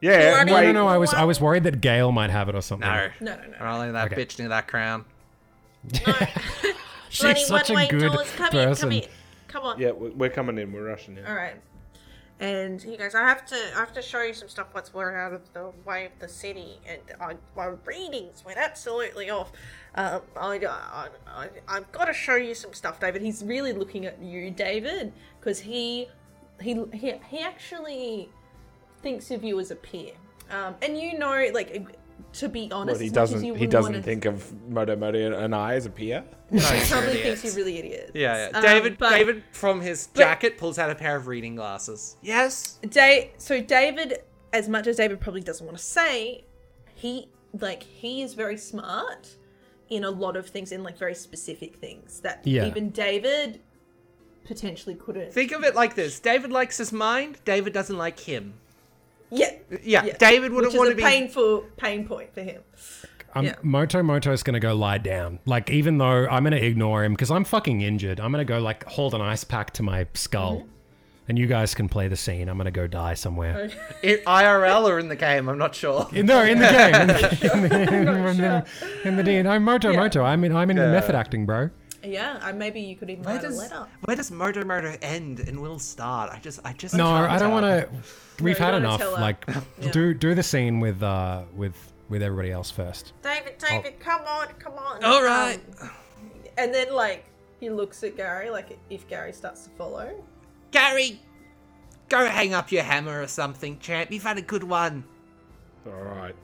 B: Yeah.
G: Bloody-
D: No,
B: wait.
D: no, no. I was, I was worried that Gail might have it or something.
C: No.
G: No, no, no.
C: I'm not letting that bitch near that crown.
D: She's
G: Bloody
D: such a
G: one-way
D: good
G: doors. Come
D: person.
G: in, come in. Come on.
B: Yeah, we- we're coming in. We're rushing in.
G: All right. And he goes, I have to, I have to show you some stuff once we're out of the way of the city, and I, my readings went absolutely off. Um, I, I, I, I've got to show you some stuff, David. He's really looking at you, David, because he, he, he, he actually thinks of you as a peer. Um, and you know, like, to be honest,
B: But he
G: as much as you
B: doesn't. He
G: wouldn't
B: doesn't
G: wanna-
B: think of Moto Moto and I as a peer.
C: Oh,
G: He probably
C: idiots.
G: thinks you're really idiots.
C: Yeah, yeah.
G: Um,
C: David,
G: but-
C: David from his jacket pulls out a pair of reading glasses.
H: yes,
G: Da- so David, as much as David probably doesn't want to say, he like he is very smart in a lot of things, in like very specific things that
D: Yeah.
G: even David potentially couldn't.
C: Think of it like this: David likes his mind. David doesn't like him.
G: yeah,
C: Yeah, David
G: which
C: wouldn't
G: is
C: want
G: a
C: to be.
G: painful pain point for him.
D: I'm,
G: Yeah.
D: Moto Moto's gonna go lie down. Like, even though I'm gonna ignore him because I'm fucking injured, I'm gonna go like hold an ice pack to my skull, and you guys can play the scene. I'm gonna go die somewhere.
C: In IRL or in the game, I'm not sure.
D: No, in the game, in the, in the, in the, in the, in the D. No, Moto Moto. I'm in, I'm in method acting, bro.
G: Yeah, and maybe you could even
C: Where
G: write a
C: does
G: letter.
C: where does murder murder end and will start? I just I just
D: No,
C: can't
D: I don't
C: tell.
D: want to. We've
G: you
D: had
G: wanna
D: enough.
G: tell her.
D: Like, do do the scene with uh with with everybody else first.
G: David, David, come on, come on.
H: All right.
G: Um, and then like he looks at Gary, like if Gary starts to follow.
H: Gary, go hang up your hammer or something, champ. You've had a good one.
B: All right.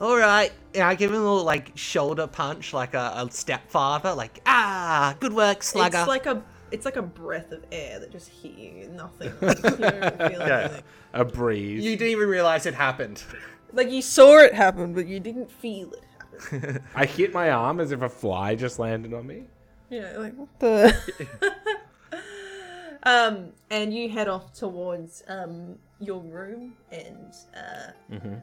C: All right, and I give him a little like shoulder punch, like a, a stepfather, like ah, good work, slugger.
G: It's like a it's like a breath of air that just hit you. Nothing. Like, you don't feel
B: Yeah.
G: anything.
B: A breeze.
C: you didn't even realize it happened.
G: Like you saw it happen, but you didn't feel it happen.
B: I hit my arm as if a fly just landed on me.
G: Yeah, like what the. um, and you head off towards um your room, and uh,
D: Mm-hmm.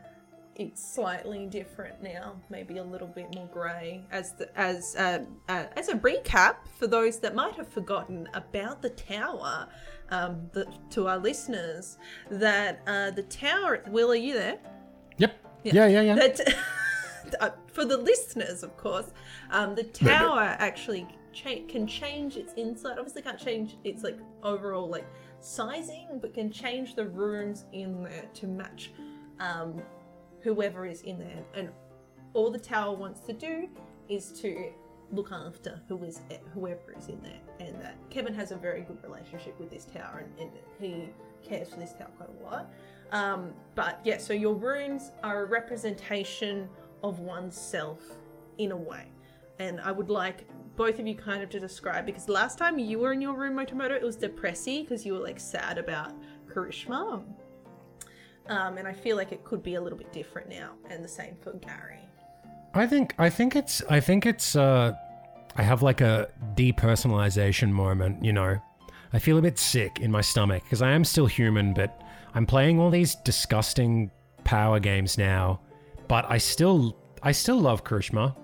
G: it's slightly different now, maybe a little bit more grey. As the, as uh, uh, as a recap for those that might have forgotten about the tower, um, the, to our listeners, that uh, the tower. Will, are you there?
D: Yep. Yeah, yeah, yeah.
G: That, uh, for the listeners, of course, um, the tower actually cha- can change its inside. Obviously, can't change its like overall like sizing, but can change the rooms in there to match um, whoever is in there. And all the tower wants to do is to look after who is eh, whoever is in there, and that Kevin has a very good relationship with this tower, and, and he cares for this tower quite a lot. Um, but yeah, so your runes are a representation of oneself in a way, and I would like both of you kind of to describe because last time you were in your room, Motomoto, it was depressy because you were like sad about Karishma. Um, and I feel like it could be a little bit different now, and the same for Gary.
D: I think I think it's I think it's uh I have like a depersonalization moment, you know. I feel a bit sick in my stomach because I am still human, but I'm playing all these disgusting power games now, but I still I still love Krishma.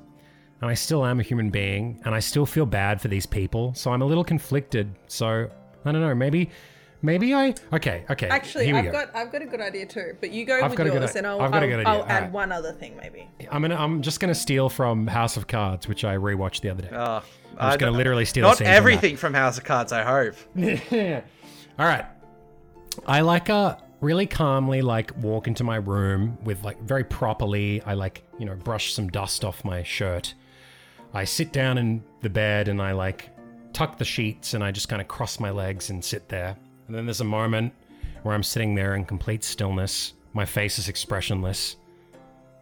D: And I still am a human being, and I still feel bad for these people, so I'm a little conflicted. So I don't know, maybe maybe I okay, okay.
G: Actually,
D: here we
G: I've
D: go.
G: got I've got a good idea too, but you go
D: I've
G: with
D: got a good
G: yours,
D: i-
G: and I'll,
D: I've got a
G: I'll-
D: good idea.
G: I'll
D: All
G: add
D: right.
G: one other thing maybe.
D: I'm gonna I'm just gonna steal from House of Cards, which I rewatched the other day.
C: Oh,
D: I'm just gonna literally steal
C: Not
D: scenes from that.
C: everything from House of Cards, I hope.
D: All right. I like uh really calmly like walk into my room with like very properly. I like, you know, brush some dust off my shirt. I sit down in the bed and I like tuck the sheets and I just kind of cross my legs and sit there. And then there's a moment where I'm sitting there in complete stillness. My face is expressionless.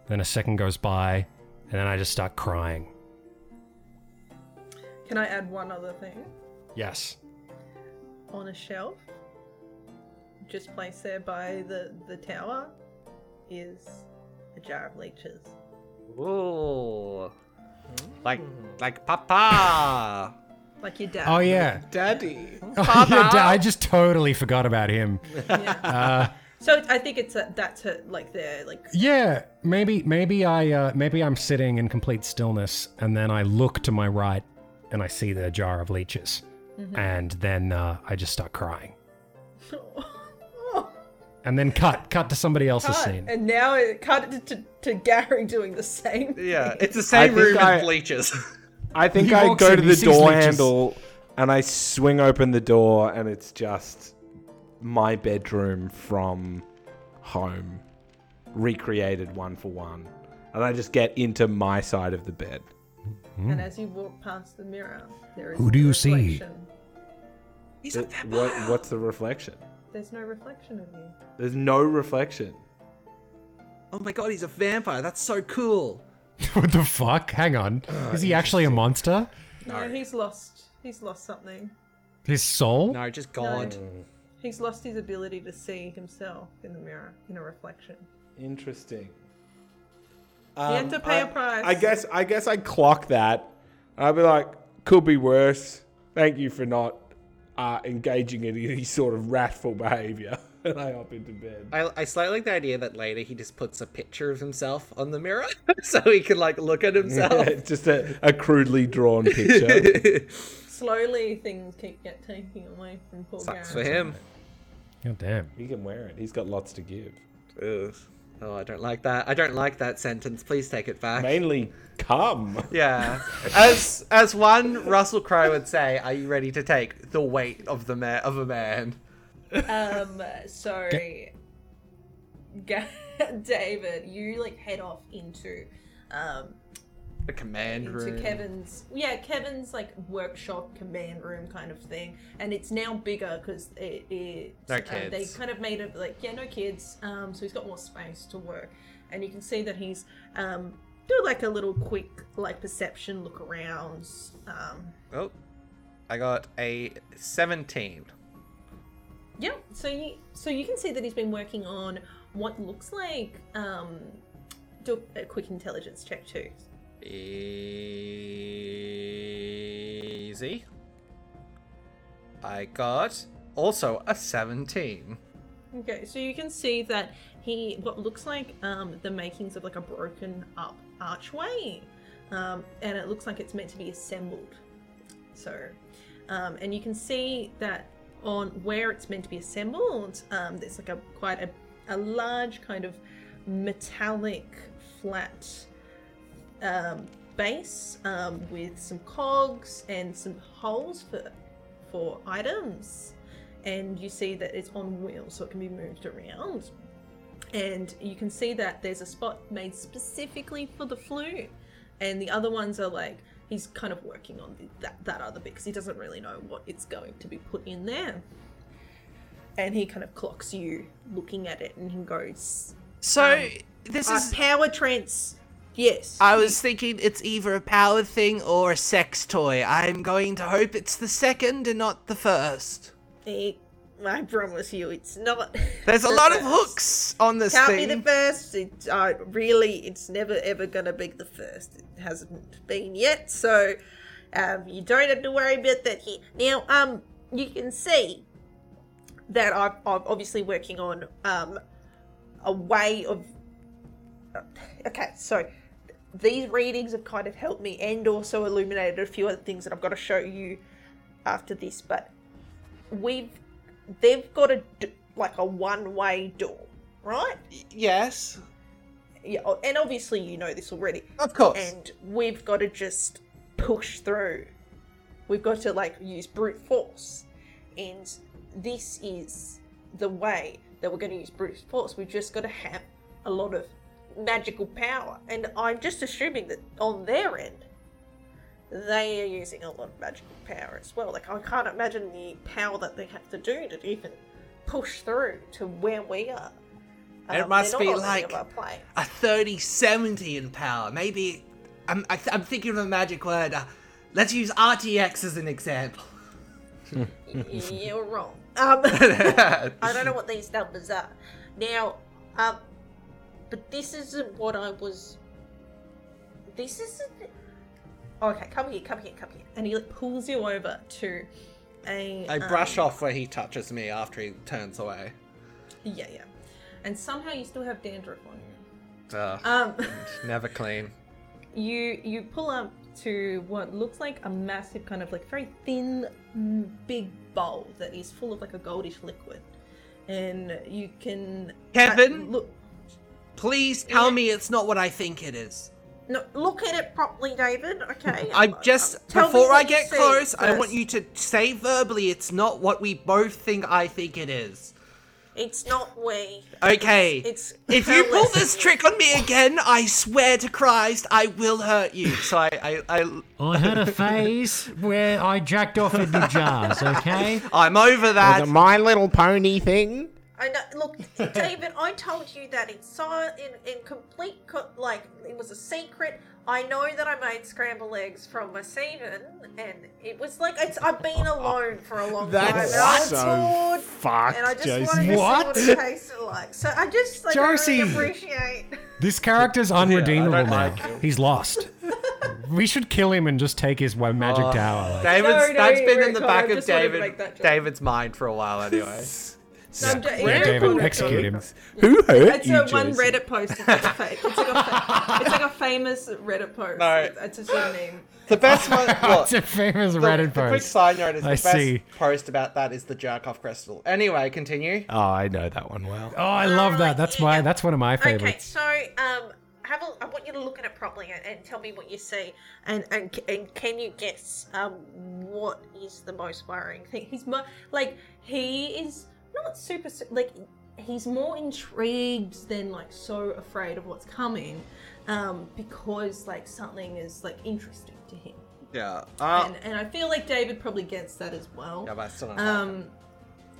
D: Then a second goes by and then I just start crying.
G: Can I add one other thing?
D: Yes.
G: On a shelf, just placed there by the the tower, is a jar of leeches.
C: Ooh. Like, like Papa.
G: Like your dad.
D: Oh yeah.
J: Daddy.
D: Oh, your da- I just totally forgot about him.
G: yeah. so I think it's a, that's her, like their like
D: Yeah, maybe maybe I uh, maybe I'm sitting in complete stillness, and then I look to my right, and I see the jar of leeches, and then uh, I just start crying, and then cut cut to somebody else's
G: cut.
D: scene.
G: oh, And now it cut to, to, to Gary doing the same.
C: Yeah, it's the
B: I
C: same
B: think
C: room
B: I-
C: as bleachers.
B: I think
D: He
B: I
D: walks
B: go
D: in,
B: to
D: he
B: the
D: sees
B: door
D: leeches.
B: handle and I swing open the door and it's just my bedroom from home, recreated one for one. And I just get into my side of the bed.
G: And as you walk past the mirror, there is
K: Hmm. Who
G: no
K: do you see?
G: reflection.
L: He's a
B: Th- what, what's the reflection?
G: There's no reflection of you.
B: There's no reflection.
C: oh my god, he's a vampire. That's so cool.
D: what the fuck? Hang on,
A: Uh,
D: is he actually a monster?
G: No, he's lost. He's lost something.
D: His soul?
C: No, just God.
G: He's lost his ability to see himself in the mirror in a reflection.
B: Interesting. Um,
G: You have to pay a
B: I-
G: price.
B: I guess I guess I clock that. I'd be like, could be worse. Thank you for not uh, engaging in any sort of wrathful behaviour. And I hop into bed.
C: I, I slightly like the idea that later he just puts a picture of himself on the mirror so he can like look at himself.
B: It's just a, a crudely drawn picture.
G: Slowly, things keep get taken away from poor
C: Sucks for
G: Gary.
C: him.
D: God damn.
B: he can wear it. He's got lots to give.
C: Ugh. Oh, I don't like that. I don't like that sentence. Please take it back.
B: Mainly cum.
C: Yeah. As as one Russell Crowe would say, are you ready to take the weight of the man of a man?
G: Um, so Ga- David, you like head off into um
C: The command
G: into
C: room.
G: Kevin's yeah Kevin's like workshop command room kind of thing, and it's now bigger because it, it
C: No
G: uh, they
C: kids.
G: kind of made it like yeah no kids, um so he's got more space to work, and you can see that he's um do like a little quick like perception look around um
C: Oh. I got a 17.
G: Yeah, so you so you can see that he's been working on what looks like um do a quick intelligence check too.
C: Easy. I got also a 17.
G: Okay, so you can see that he what looks like um the makings of like a broken up archway. Um and it looks like it's meant to be assembled. So um and you can see that on where it's meant to be assembled, um there's like a quite a, a large kind of metallic flat um, base um, with some cogs and some holes for for items, and you see that it's on wheels, so it can be moved around. And you can see that there's a spot made specifically for the flute, and the other ones are like he's kind of working on the, that that other bit because he doesn't really know what it's going to be put in there. And he kind of clocks you looking at it, and he goes,
E: So this
G: "Uh,
E: is.
G: "Power trance, yes."
E: Um, I was thinking it's either a power thing or a sex toy. I'm going to hope it's the second and not the first.
G: It- I promise you, it's not.
E: There's a lot of hooks on this
G: Can't
E: thing.
G: be the first. It, uh, really, it's never ever gonna be the first. It hasn't been yet, so um, you don't have to worry about that here. Now, um, you can see that I'm, I'm obviously working on um, a way of. uh, Okay, so these readings have kind of helped me, and also illuminated a few other things that I've got to show you after this, but we've they've got a d- like a one-way door, right?
E: yes,
G: Yeah, oh, and obviously you know this already.
E: of course.
G: And we've got to just push through. We've got to like use brute force, and this is the way that we're going to use brute force. We've just got to have a lot of magical power, and I'm just assuming that on their end. They are using a lot of magical power as well. Like I can't imagine the power that they have to do to even push through to where we are. Um,
E: It
G: they're
E: must
G: not
E: be
G: on any
E: like-
G: of our planes.
E: a 3070 in power. Maybe I'm, I th- I'm thinking of a magic word. Uh, let's use RTX as an example.
G: You're wrong. Um, I don't know what these numbers are. Now, um, but this isn't what I was. This isn't. Okay, come here, come here, come here. And he like, pulls you over to a.
C: I
G: um,
C: brush off where he touches me after he turns away.
G: Yeah, yeah. And somehow you still have dandruff on you.
C: Duh.
G: Um.
C: Never clean.
G: you you pull up to what looks like a massive kind of like very thin mm, big bowl that is full of like a goldish liquid and you can
E: Kevin?
G: Uh, look
E: Please tell me it's not what I think it is.
G: no, look at it properly david okay
E: I'm
C: uh,
E: just
G: Tell me
E: before
G: what
E: I
G: you
E: get
G: see
E: close, I want
G: first.
E: you to say verbally it's not what we both think I think it is.
G: it's not we
E: Okay.
G: it's
E: if you pull this
G: Listen.
E: trick on me again, I swear to Christ, I will hurt you. So I, I, I
D: I had a phase where I jacked off into jars, okay?
E: I'm over that.
B: The My Little Pony thing.
G: I know, look, David, I told you that in so in, in complete co- like it was a secret. I know that I made scrambled eggs from my semen, and it was like it's, I've been alone for a long time.
B: That's
G: and I was
B: so
G: bored,
B: fucked,
G: and I just
B: Josie.
G: wanted to
D: What?
G: see what it tasted like. So I just like I
D: Josie.
G: really appreciate.
D: This character's unredeemable
A: don't
D: now.
A: like him.
D: He's lost. we should kill him and just take his one
A: Uh,
D: magic tower. Like.
C: David's
G: No, no,
C: that's been in
G: Rick,
C: the
G: I
C: back of
G: just wanted to
C: David
G: make that joke.
C: David's mind for a while anyway.
G: No, I'm joking.
D: Yeah, David,
G: Cool.
D: execute him.
A: Who hurt
G: It's
A: you,
G: a one
A: Jason?
G: Reddit post. It's like a, fake. It's, like a fa- it's like a famous Reddit post.
C: No.
G: It's a sort of meme.
C: the best one look,
D: It's a famous
C: the,
D: Reddit
C: the quick
D: post.
C: side note is
D: I
C: the best
D: see.
C: post about that is the jerk off crystal. Anyway, continue.
B: Oh, I know that one well.
D: Oh, I love that. That's my. That's one of my
G: Okay,
D: favorites.
G: so um, have a. I want you to look at it properly and, and tell me what you see, and and c- and can you guess um what is the most worrying thing? He's more like he is not super su- like he's more intrigued than like so afraid of what's coming, um because like something is like interesting to him,
C: Yeah. Uh,
G: and and I feel like David probably gets that as well.
C: yeah, but I still don't like him.
G: Um,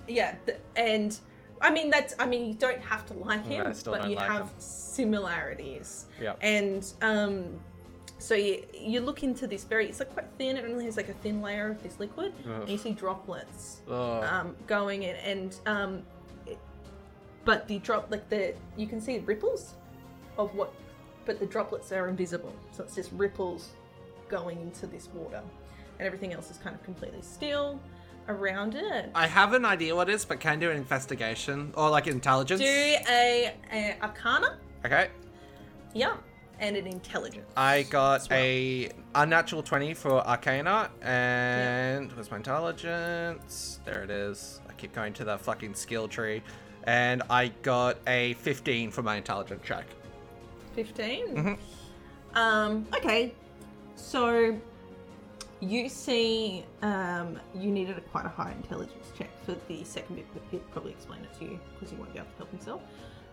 G: yeah, th- and I mean that's I mean you don't have to like him,
C: I still
G: but
C: don't
G: you
C: like
G: have
C: him.
G: similarities.
C: Yep.
G: And um, so you you look into this very it's like quite thin. It only has like a thin layer of this liquid, and you see droplets
C: Ugh.
G: um, going in, and um, it- but the drop like the you can see ripples of what, but the droplets are invisible, so it's just ripples going into this water, and everything else is kind of completely still around it.
C: I have an idea what it is, but can do an investigation or like intelligence.
G: Do a, a arcana,
C: Okay.
G: yeah, and an intelligence.
C: I got a unnatural twenty for Arcana, and where's my intelligence? There it is. I keep going to the fucking skill tree, and I got a fifteen for my intelligence check.
G: 15 Um, okay, so you see, um, you needed a quite a high intelligence check for the second bit, but he'll probably explain it to you because he won't be able to help himself.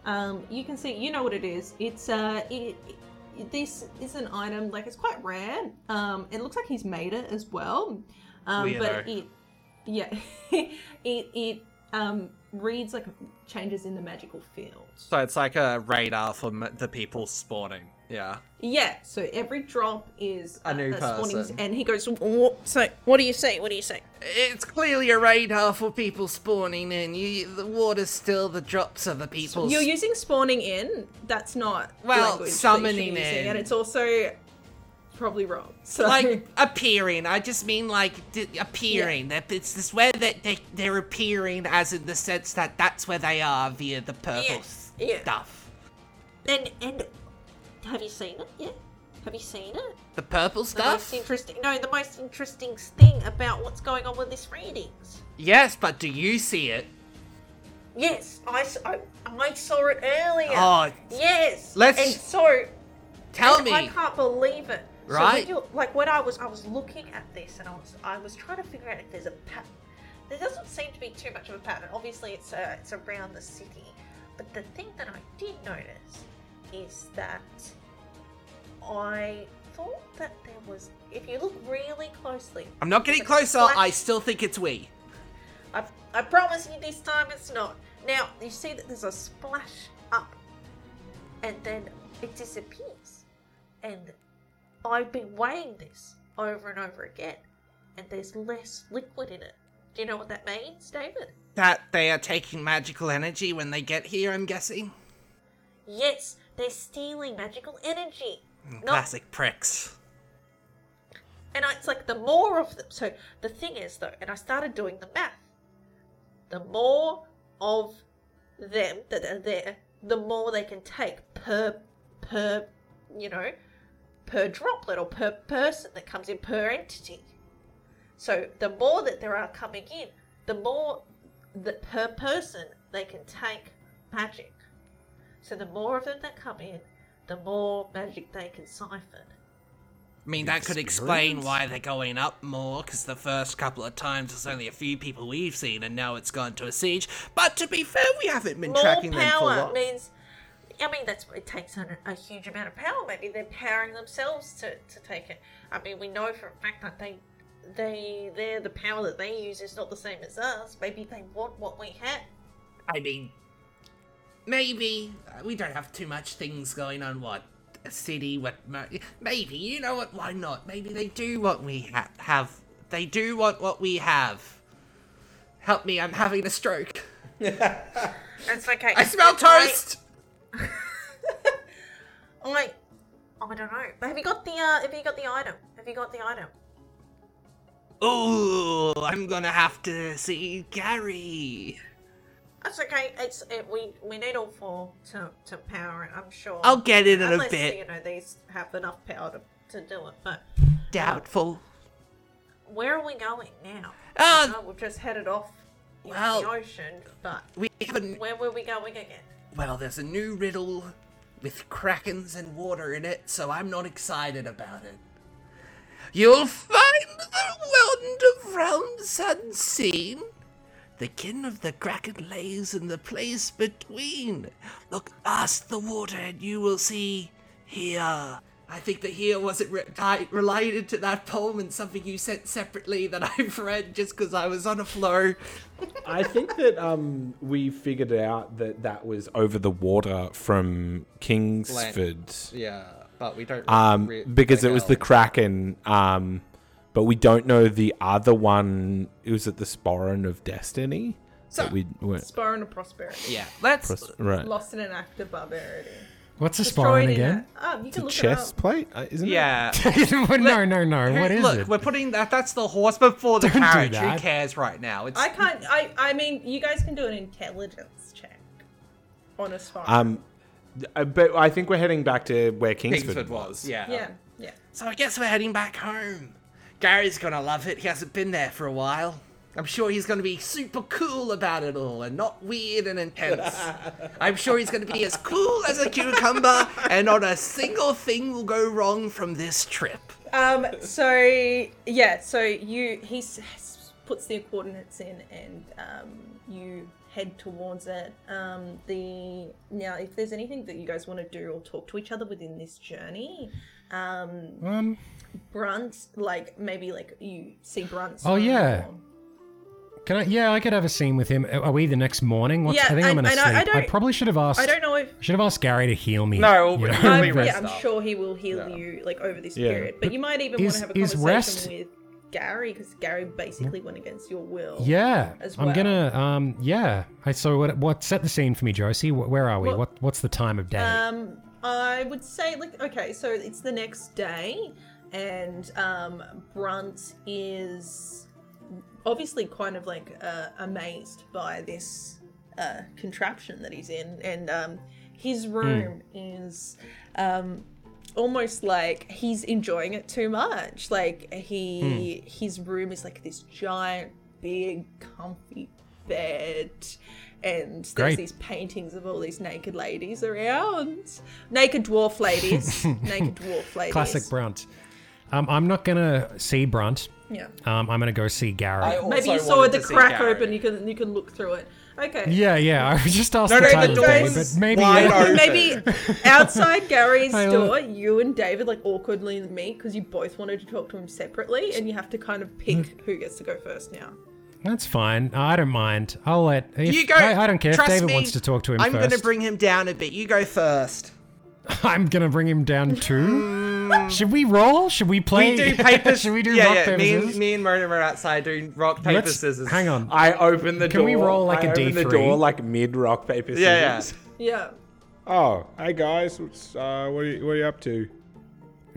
G: Um, you can see, you know what it is. It's uh, it, this is an item like it's quite rare. Um, it looks like he's made it as well, um, but it, yeah, it it um reads like changes in the magical field.
C: So it's like a radar for m- the people spawning. Yeah.
G: Yeah, so every drop is
C: A new
G: uh, spawning-
C: person.
G: and he goes, "Wha- "So what do you say? What do you say?"
E: It's clearly a radar for people spawning in. You, the water's still the drops of the people.
G: You're using spawning in. That's not the
E: Well,
G: language that you should be
E: summoning
G: using,
E: in.
G: and it's also probably wrong. So
E: like appearing. I just mean like d- appearing. That It's this where that they they're appearing, as in the sense that that's where they are via the purple
G: Yes, yeah.
E: stuff.
G: and and have you seen it? Yeah, have you seen it?
E: The purple stuff.
G: interesting. No, the most interesting thing about what's going on with this readings.
E: Yes, but do you see it?
G: Yes, I, s- I- I saw it earlier.
E: Oh,
G: yes.
E: let's-
G: and so
E: tell
G: and
E: me.
G: I can't believe it. So when
E: Right?
G: you- like when I was I was looking at this and I was I was trying to figure out if there's a pattern. There doesn't seem to be too much of a pattern. Obviously, it's uh, it's around the city, but the thing that I did notice is that I thought that there was. If you look really closely,
E: I'm not getting
G: It's
E: closer.
G: black-
E: I still think it's we.
G: I, I promise you this time it's not. Now, you see that there's a splash up, and then it disappears. And I've been weighing this over and over again, and there's less liquid in it. Do you know what that means, David?
E: That they are taking magical energy when they get here. I'm guessing.
G: Yes, they're stealing magical energy. Not-
E: Mm, Classic pricks.
G: And I, it's like the more of them. So the thing is, though, and I started doing the math. The more of them that are there, the more they can take per per you know per droplet or per person that comes in per entity. So the more that there are coming in, the more that per person they can take magic. So the more of them that come in, the more magic they can siphon.
E: I mean, that could explain why they're going up more, because the first couple of times there's only a few people we've seen, and now it's gone to a siege. But to be fair, we haven't been
G: more
E: tracking them for
G: power
E: long.
G: means I mean that's it takes on a, a huge amount of power. Maybe they're powering themselves to, to take it. I mean we know for a fact that they they they're the power that they use is not the same as us. Maybe they want what we have.
E: I mean, maybe uh, we don't have too much things going on. What a city? What mo- maybe you know what? Why not? Maybe they do what we ha- have. They do want what we have. Help me! I'm having a stroke.
G: It's okay.
E: I smell toast.
G: I'm like I don't know. But have you got the uh have you got the item? Have you got the item?
E: Ooh, I'm gonna have to see Gary.
G: That's okay. It's it, we we need all four to, to power it. I'm sure.
E: I'll get it in a
G: Unless,
E: bit.
G: You know these have enough power to, to do it. But
E: Doubtful.
G: where are we going now?
E: Ah,
G: Oh, we've just headed off into
E: Well-
G: the ocean, but
E: we haven't.
G: where were we going again?
E: Well, there's a new riddle with krakens and water in it, so I'm not excited about it. You'll find the wand of realms unseen. The kin of the kraken lays in the place between. Look past the water and you will see here. I think that here wasn't re- ti- related to that poem and something you sent separately that I've read just because I was on a flow.
B: I think that um, we figured out that that was over the water from Kingsford.
C: Yeah, but we don't.
B: um,
C: re-
B: because it was the
C: recall.
B: Kraken. Um, but we don't know the other one. It was at the Sporran of Destiny. So we went
G: Sparring of prosperity.
C: Yeah, let's.
B: right.
G: Lost in an act of barbarity.
D: What's a
G: Destroyed
D: sparring
G: in
D: again?
G: a-
A: um,
G: Oh, you can look
B: Chest
G: it up.
B: plate, uh, isn't it?
C: Yeah.
D: no, no, no. What is
C: Look,
D: it?
C: we're putting that. That's the horse before the
D: Don't do
C: carriage. Who
D: that.
C: cares right now? It's
G: I can't. I. I mean, you guys can do an intelligence check on a sparring.
B: Um, uh, but I think we're heading back to where Kingsford,
C: Kingsford
B: was.
C: was. Yeah.
G: yeah. Yeah.
E: So I guess we're heading back home. Gary's gonna love it. He hasn't been there for a while. I'm sure he's gonna be super cool about it all and not weird and intense. I'm sure he's gonna be as cool as a cucumber and not a single thing will go wrong from this trip.
G: Um. So yeah. So you. He s-
A: puts their coordinates in, and um, you head towards it. Um, the now, if there's anything that you guys want to do or talk to each other within this journey,
D: Um,
A: Brunt, like maybe like you see Brunt.
D: Oh, yeah. can I? Yeah, I could have a scene with him. Are we the next morning? What's,
A: Yeah,
D: I think I'm
A: I-
D: gonna
A: I know- I
D: sleep. I,
A: don't-
D: probably should have asked.
A: I don't know if
D: Should have asked Gary to heal me.
C: No, we-
D: know?
C: Only
A: I'm,
C: rest
A: yeah, I'm
C: up.
A: sure he will heal you like over this
B: Yeah.
A: period. But you might even want
D: Is-
A: to have a
D: is
A: conversation
D: rest-
A: with Gary because Gary basically went against your will.
D: Yeah,
A: as
D: I'm
A: well.
D: gonna. Um, yeah. I so what? What set the scene for me, Josie? Wh- Where are we?
A: Well-
D: what? What's the time of day?
A: Um, I would say like okay, so it's the next day, and um, Brunt is obviously kind of like uh, amazed by this uh, contraption that he's in, and um, his
D: Hmm.
A: room is um, almost like he's enjoying it too much. Like
D: Hmm.
A: he, his room is like this giant, big, comfy bed, and there's
D: Great.
A: these paintings of all these naked ladies around, naked dwarf ladies, naked dwarf ladies.
D: Classic Brunt. Um, I'm not gonna see Brunt.
A: Yeah.
D: Um, I'm gonna go see Gary.
A: Maybe you saw the crack open. You can you can look through it. Okay.
D: yeah, yeah. I just asked
C: No,
D: the
C: no,
D: time
C: the
D: of day,
A: door's
D: but maybe
C: wide
D: yeah.
C: open.
A: Maybe outside Gary's
D: I
A: door, you and David like awkwardly meet because you both wanted to talk to him separately, and you have to kind of pick
D: Mm.
A: who gets to go first now.
D: that's fine. I don't mind. I'll let. If,
C: You go.
D: I, I don't care if
C: Trust
D: David
C: me,
D: wants to talk to him
C: I'm gonna
D: first.
C: bring him down a bit. You go first.
D: I'm gonna bring him down too. Should we roll? Should we play?
C: We do paper.
D: Should we do
C: yeah,
D: rock
C: yeah.
D: paper
C: me,
D: scissors?
C: and, me and Mona are outside doing rock paper
D: Let's-
C: scissors.
D: Hang on.
B: I open the
D: Can
B: door.
D: we roll, like,
B: I
D: a
B: open the
D: D3?
B: door like mid rock paper scissors.
C: Yeah,
A: Yeah.
B: Oh, hey guys, what's, uh, what are you, what are you up to?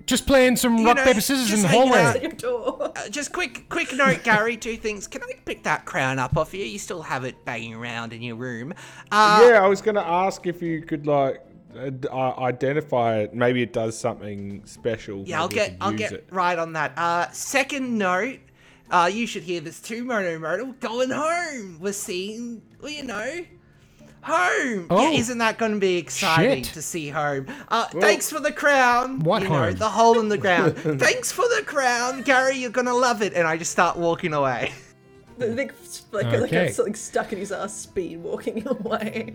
D: Just playing some rock
C: know,
D: paper scissors in
C: just
D: the
C: hanging
D: hallway.
C: out.
A: Your door.
E: Uh, just quick, quick note, Gary. Two things. Can I pick that crown up off you? You still have it banging around in your room. Uh,
B: yeah, I was gonna ask if you could like ad- uh, identify it. Maybe it does something special.
E: Yeah, I'll
B: Maybe we
E: get
B: could
E: I'll
B: use
E: get
B: it.
E: right on that. Uh, second note, uh, you should hear this too, Mono Modal. Going home. We're seeing, well, you know, home.
D: Oh.
E: yeah, isn't that going to be exciting
D: Shit.
E: to see home? Uh, thanks for the crown.
D: What
E: you Know,
D: home?
E: the hole in the ground. thanks for the crown, Gary. You're gonna love it. And I just start walking away.
A: The Vic like, like
D: Okay.
A: it's like stuck in his ass, speed walking away.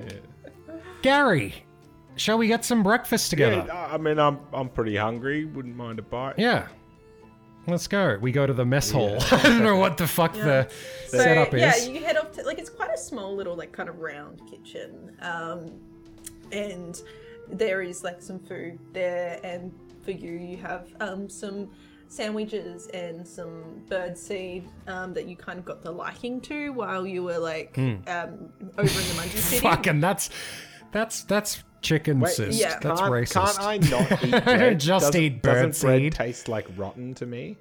D: Gary, shall we get some breakfast
B: Yeah,
D: together? Yeah.
B: I I mean, I'm I'm pretty hungry. Wouldn't mind a bite.
D: Let's go. We go to the mess hall. I don't know what the fuck the
A: So,
D: setup is.
A: yeah, you head off to like it's quite a small little like kind of round kitchen, um, and there is like some food there, and for you you have um, some sandwiches and some bird seed um, that you kind of got the liking to while you were like um, over in the Mungie City.
D: Fucking that's that's that's chicken
B: Wait,
D: cyst.
A: yeah.
D: That's
B: can't,
D: racist.
B: Can't I not eat bread?
D: Just
B: doesn't,
D: eat
B: doesn't bread
D: birdseed.
B: taste like rotten to me?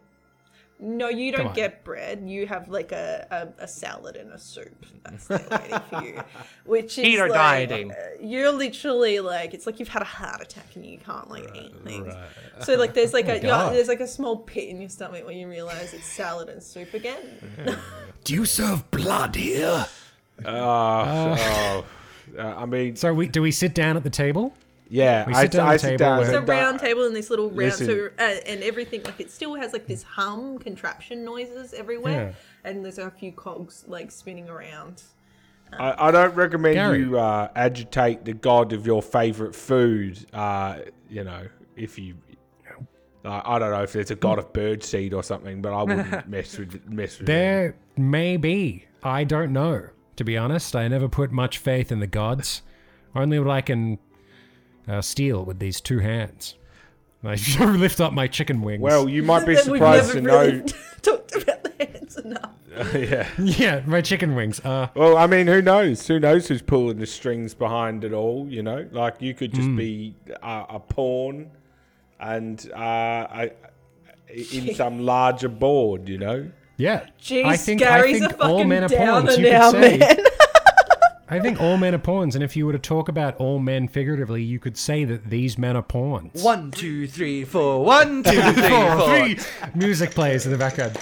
A: No, you don't
D: on.
A: get bread. You have like a, a, a salad and a soup. That's the waiting for you. Which is
C: Keto
A: like,
C: dieting.
A: uh, You're literally like it's like you've had a heart attack and you can't like eat things. So like there's like a yeah,
D: Oh God.
A: there's like a small pit in your stomach when you realize it's salad and soup again.
F: Do you serve blood here?
B: Oh, oh. Uh, I mean,
D: Uh, So we do we sit down at the table?
B: yeah.
D: We
B: I
D: sit down at
B: I
D: the
B: sit
D: table
B: down.
D: with-
A: It's
B: I
A: a
B: sit down-
A: round table and this little round, so
B: uh, Listen.
A: uh, and everything like it still has like this hum contraption noises everywhere, and there's a few cogs like spinning around.
B: I, I don't recommend
D: Gary.
B: you uh, agitate the god of your favorite food. Uh, you know, if you, I I don't know if there's a god of birdseed or something, but I wouldn't mess with mess with. him.
D: There may be. I don't know. To be honest, I never put much faith in the gods. Only what I can uh, steal with these two hands. I lift up my chicken wings.
B: Well, you might be
A: That we've
B: surprised to
A: never
B: know.
A: really talked about the hands enough.
B: yeah.
D: yeah, my chicken wings. Uh,
B: Well, I mean, who knows? Who knows who's pulling the strings behind it all? You know, like you could
A: Hmm.
B: just be a, a pawn, and uh, I, in some larger board. You know.
D: yeah.
A: Jeez, Gary's a fucking downer now, man.
D: I think all men are pawns, and if you were to talk about all men figuratively, you could say that these men are pawns.
C: One, two, three, four. One, two, three,
D: Four,
C: four.
D: three. Music plays in the background.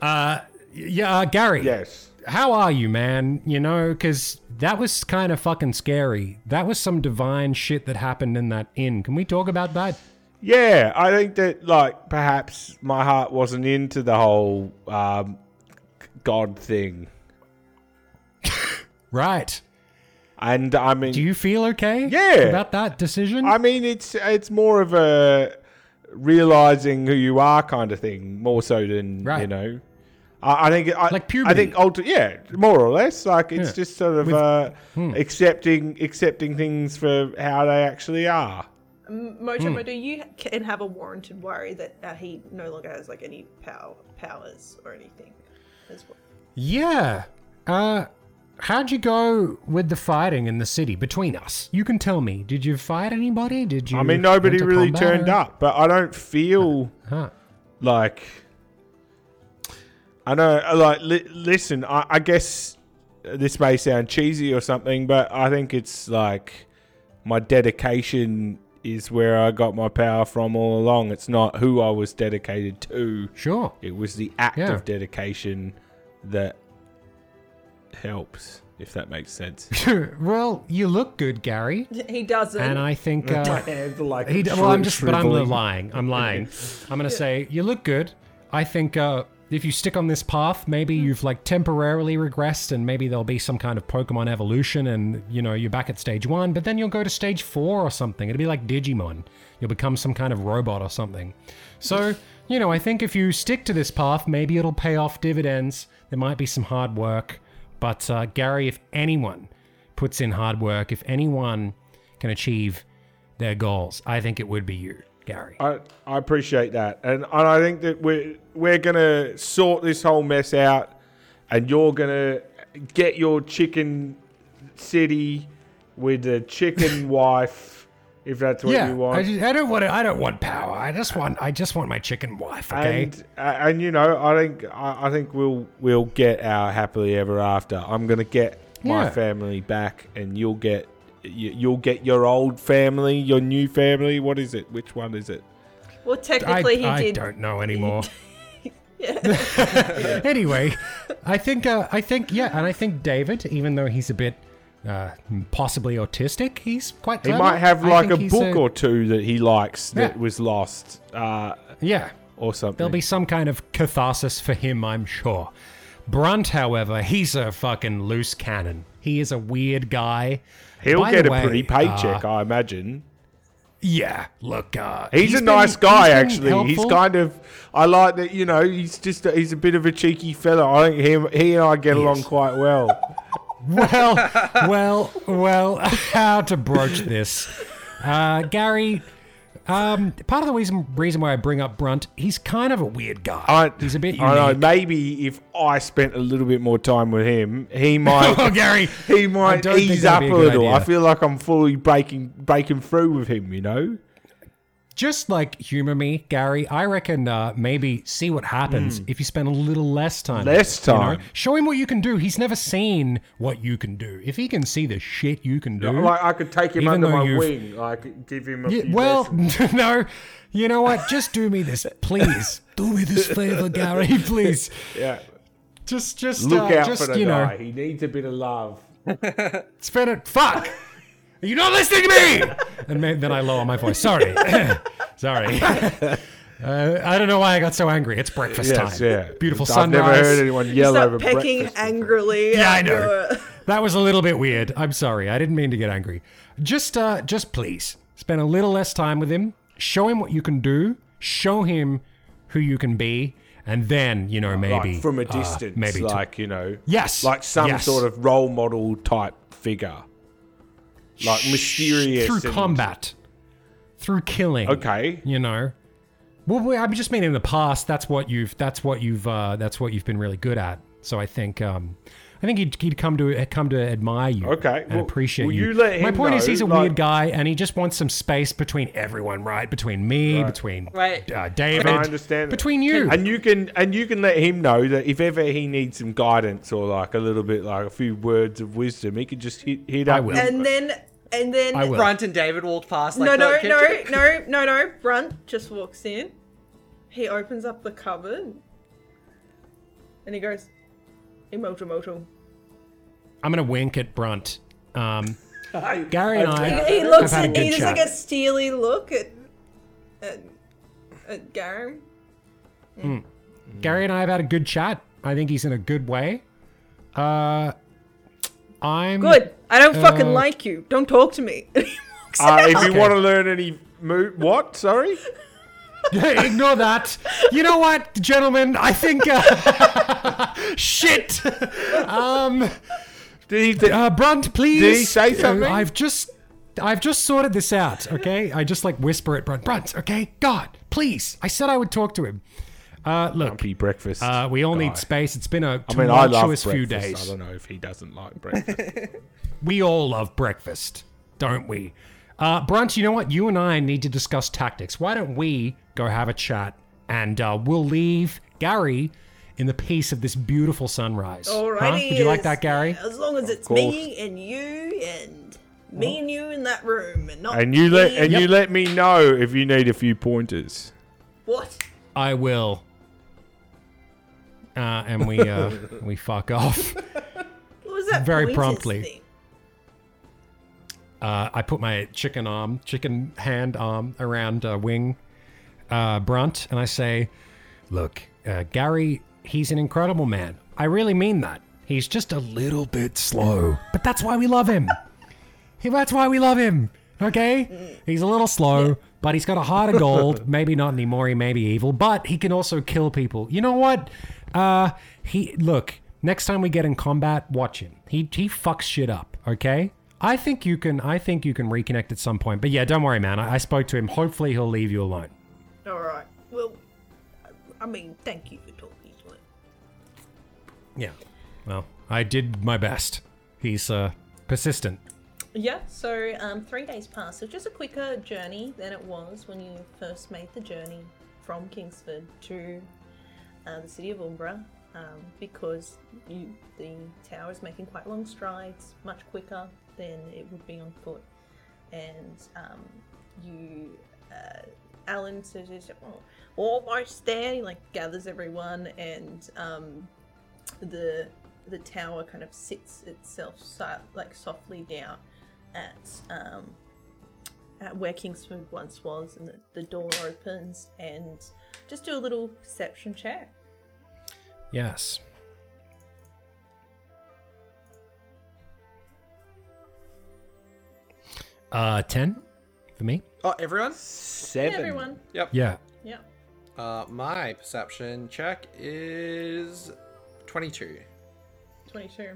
D: Uh, yeah, uh, Gary.
B: Yes.
D: how are you, man? You know, because that was kind of fucking scary. That was some divine shit that happened in that inn. Can we talk about that?
B: Yeah, I think that like perhaps my heart wasn't into the whole um, God thing,
D: Right.
B: and I mean,
D: Do you feel okay?
B: Yeah.
D: About that decision?
B: I mean, it's it's more of a realizing who you are kind of thing, more so than you
D: Right.
B: know. I, I think I,
D: Like
B: I
D: puberty.
B: think ulti- yeah, more or less. Like it's
D: Yeah. hmm.
B: just sort of uh, accepting accepting things for how they actually are.
A: Mojo,
D: Hmm.
A: Mojo, you can have a warranted worry that uh, he no longer has like any power powers or anything as well.
D: yeah. Uh, how'd you go with the fighting in the city between us? You can tell me. Did you fight anybody? Did you?
B: I mean, nobody
D: enter
B: really
D: combat?
B: turned up, but I don't feel
D: Huh.
B: like I know. uh, Like, li- listen, I, I guess this may sound cheesy or something, but I think it's like my dedication is where I got my power from all along. It's not who I was dedicated to.
D: Sure.
B: It was the act
D: Yeah.
B: of dedication that helps, if that makes sense.
D: well, you look good, Gary.
A: He doesn't.
D: And I think uh,
B: like
D: he. d- Well, I'm just. But I'm lying. I'm lying. I'm gonna say you look good. I think uh, if you stick on this path, maybe you've like temporarily regressed, and maybe there'll be some kind of Pokemon evolution, and you know you're back at stage one. But then you'll go to stage four or something. It'll be like Digimon. You'll become some kind of robot or something. So you know, I think if you stick to this path, maybe it'll pay off dividends. There might be some hard work, but uh, Gary, if anyone puts in hard work, if anyone can achieve their goals, I think it would be you, Gary.
B: I, I appreciate that, and, and I think that we're we're gonna sort this whole mess out, and you're gonna get your chicken city with a chicken wife, if that's what
D: yeah,
B: you want.
D: I, just, I don't want to, I don't want power. I just want I just want my chicken wife. Okay.
B: And uh, and you know, I think I, I think we'll we'll get our happily ever after. I'm gonna get my
D: Yeah.
B: family back, and you'll get you, you'll get your old family, your new family. What is it? Which one is it?
A: well,
D: I,
A: technically, he
D: I
A: did.
D: don't know anymore. anyway, I think uh, I think yeah, and I think David, even though he's a bit uh, possibly autistic, he's quite.
B: He
D: clever.
B: might have
D: I
B: like a
D: think he's
B: book or two that he likes that
D: Yeah.
B: was lost uh,
D: yeah.
B: or something.
D: There'll be some kind of catharsis for him, I'm sure. Brunt, however, he's a fucking loose cannon. He is a weird guy.
B: He'll
D: By
B: get
D: the
B: a
D: way,
B: pretty
D: uh,
B: paycheck, I imagine.
D: Yeah, look, uh,
B: He's, a
D: been-
B: nice guy,
D: he's been
B: actually. He's
D: helpful.
B: kind of. I like that. You know, he's just. He's a bit of a cheeky fella. I think him. He and I get along quite well.
D: well, well, well. How to broach this, uh, Gary? Um, part of the reason reason why I bring up Brunt, he's kind of a weird guy.
B: I,
D: he's a bit unique.
B: I know. Maybe if I spent a little bit more time with him, he might.
D: oh, Gary,
B: He
D: I
B: might
D: don't think
B: ease
D: that'd
B: up
D: be
B: a
D: a good
B: little. I
D: idea.
B: feel like I'm fully breaking breaking through with him. You know.
D: just like humor me, Gary. I reckon uh, maybe see what happens if you spend a little less time. with
B: Hmm. Less
D: it, you know?
B: time.
D: Show him what you can do. He's never seen what you can do. If he can see the shit you can do,
B: Like I could take him
D: Even
B: under
D: though
B: my
D: you've-
B: wing, like give him a
D: Yeah,
B: few
D: well,
B: lessons.
D: no. You know what? Just do me this, please. do me this favor, Gary, please.
B: Yeah.
D: Just, just
B: Look
D: uh,
B: out
D: just,
B: for the
D: you know,
B: guy. He needs a bit of love.
D: Spin it. Fuck! Are you not listening to me? and ma- then I lower my voice. Sorry. Sorry. Uh, I don't know why I got so angry. It's breakfast
B: Yes,
D: time.
B: yeah.
D: Beautiful
B: I've
D: sunrise.
B: never heard anyone yell over
A: Stop pecking
B: breakfast.
A: angrily.
D: Yeah,
A: at
D: I know.
A: your-
D: That was a little bit weird. I'm sorry. I didn't mean to get angry. Just uh just please spend a little less time with him. Show him what you can do. Show him who you can be. And then, you know,
B: Like,
D: maybe
B: from a
D: uh,
B: distance,
D: maybe to-
B: like you know,
D: Yes,
B: like some
D: yes.
B: sort of role model type figure, like mysterious
D: through
B: and-
D: combat, through killing.
B: Okay,
D: You know. Well, we- I just mean in the past. That's what you've. That's what you've. Uh, that's what you've been really good at. So I think. Um, I think he'd, he'd come to come to admire you.
B: Okay,
D: and
B: well,
D: appreciate
B: will
D: you.
B: you let
D: My
B: him
D: point is,
B: know,
D: he's a
B: like-
D: weird guy, and he just wants some space between everyone, right? Between me, between
C: Right.
D: uh, David.
B: I understand. that.
D: Between you.
B: and you can and you can let him know that if ever he needs some guidance or like a little bit, like a few words of wisdom, he could just hit hit
D: I
B: up.
D: will.
A: and then, and then,
D: I will.
C: Brunt and David walk past. Like,
A: no, no,
C: "Look,
A: no,
C: Kendrick."
A: no, no, no. Brunt just walks in. He opens up the cupboard, and he goes, "Emojo, mojo."
D: I'm gonna wink at Brunt. Um, Gary and I.
A: He looks.
D: had a
A: He
D: good
A: does
D: chat.
A: like a steely look at, at, at
D: Mm.
A: Gary.
D: Gary and I have had a good chat. I think he's in a good way. Uh, I'm
A: Good. I don't fucking
D: Uh,
A: like you. Don't talk to me.
B: Uh, if you want to learn any move, what? Sorry.
D: Ignore that. You know what, gentlemen? I think uh, shit. Um,
B: Did he? Did,
D: uh, Brunt, please.
B: Did he say
D: Uh,
B: something?
D: I've just, I've just sorted this out. Okay, I just like whisper at Brunt. Brunt, okay, God, please. I said I would talk to him. Uh, look,
B: Grumpy breakfast.
D: uh, we all
B: guy.
D: need space. It's been a
B: I mean, I love
D: tumultuous
B: breakfast.
D: few
B: I
D: days.
B: don't know if he doesn't like breakfast.
D: we all love breakfast, don't we? Uh, Brunt, you know what? You and I need to discuss tactics. Why don't we go have a chat and uh, we'll leave Gary in the peace of this beautiful sunrise?
A: Alrighty.
D: Huh? Would you like
A: as-
D: that, Gary?
A: As long as it's me and you and me and you in that room and not.
B: and you let
A: me
B: and you let me know if you need a few pointers.
A: What?
D: I will. Uh, and we uh, we fuck off.
A: What was that?
D: Very
A: pointers
D: promptly.
A: thing?
D: Uh, I put my chicken arm, chicken hand arm around uh, Wing uh, Brunt, and I say, "Look, uh, Gary, he's an incredible man. I really mean that. He's just a little bit slow, but that's why we love him. Hey, that's why we love him. Okay, he's a little slow, but he's got a heart of gold. Maybe not anymore. He may be evil, but he can also kill people. You know what? Uh, he look. Next time we get in combat, watch him. He he fucks shit up. Okay. I think you can. I think you can reconnect at some point. But yeah, don't worry, man. I, I spoke to him. Hopefully, he'll leave you alone.
A: All right. Well, I- I mean, thank you for talking to me.
D: Yeah. Well, I did my best. He's uh, persistent.
A: Yeah, so um, three days passed. It was just a quicker journey than it was when you first made the journey from Kingsford to uh, the city of Umbra um, because you, the tower is making quite long strides, much quicker than it would be on foot. And um, you, uh, Alan says, oh, almost there. He like gathers everyone and um, the the tower kind of sits itself so, like softly down at um, at where Kingsford once was, and the, the door opens, and just do a little perception check.
D: Yes. Uh, ten for me.
C: Oh, everyone?
A: Yeah,
B: Seven.
A: everyone.
D: Yeah.
A: Yeah.
C: Uh, my perception check is 22.
A: 22.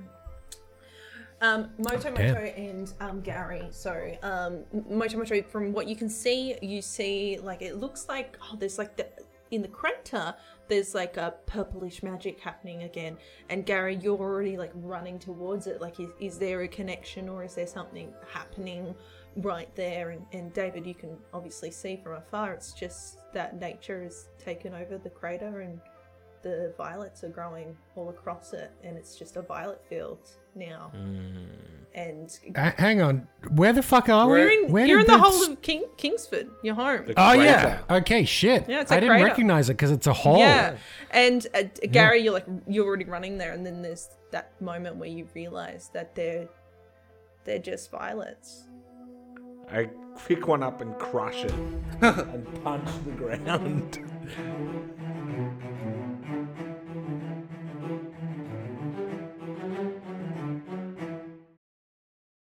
A: Um, Moto Moto
D: damn.
A: and um, Gary. So, um, Moto Moto, from what you can see, you see like it looks like oh, there's like the in the crater, there's like a purplish magic happening again. And Gary, you're already like running towards it. Like, is, is there a connection or is there something happening right there? And, and David, you can obviously see from afar. It's just that nature has taken over the crater and the violets are growing all across it and it's just a violet field now and
D: Uh, hang on. Where the fuck are
A: you're
D: we?
A: in,
D: Where
A: you're in
D: did
A: the
D: that
A: whole
D: s-
A: of King, kingsford your home
D: Oh yeah. Okay. Shit.
A: Yeah, it's
D: I
A: a
D: didn't
A: crater.
D: recognize it because it's a hole.
A: yeah and uh, d- gary you're like you're already running there and then there's that moment where you realize that they're they're just violets
B: I pick one up and crush it and punch the ground.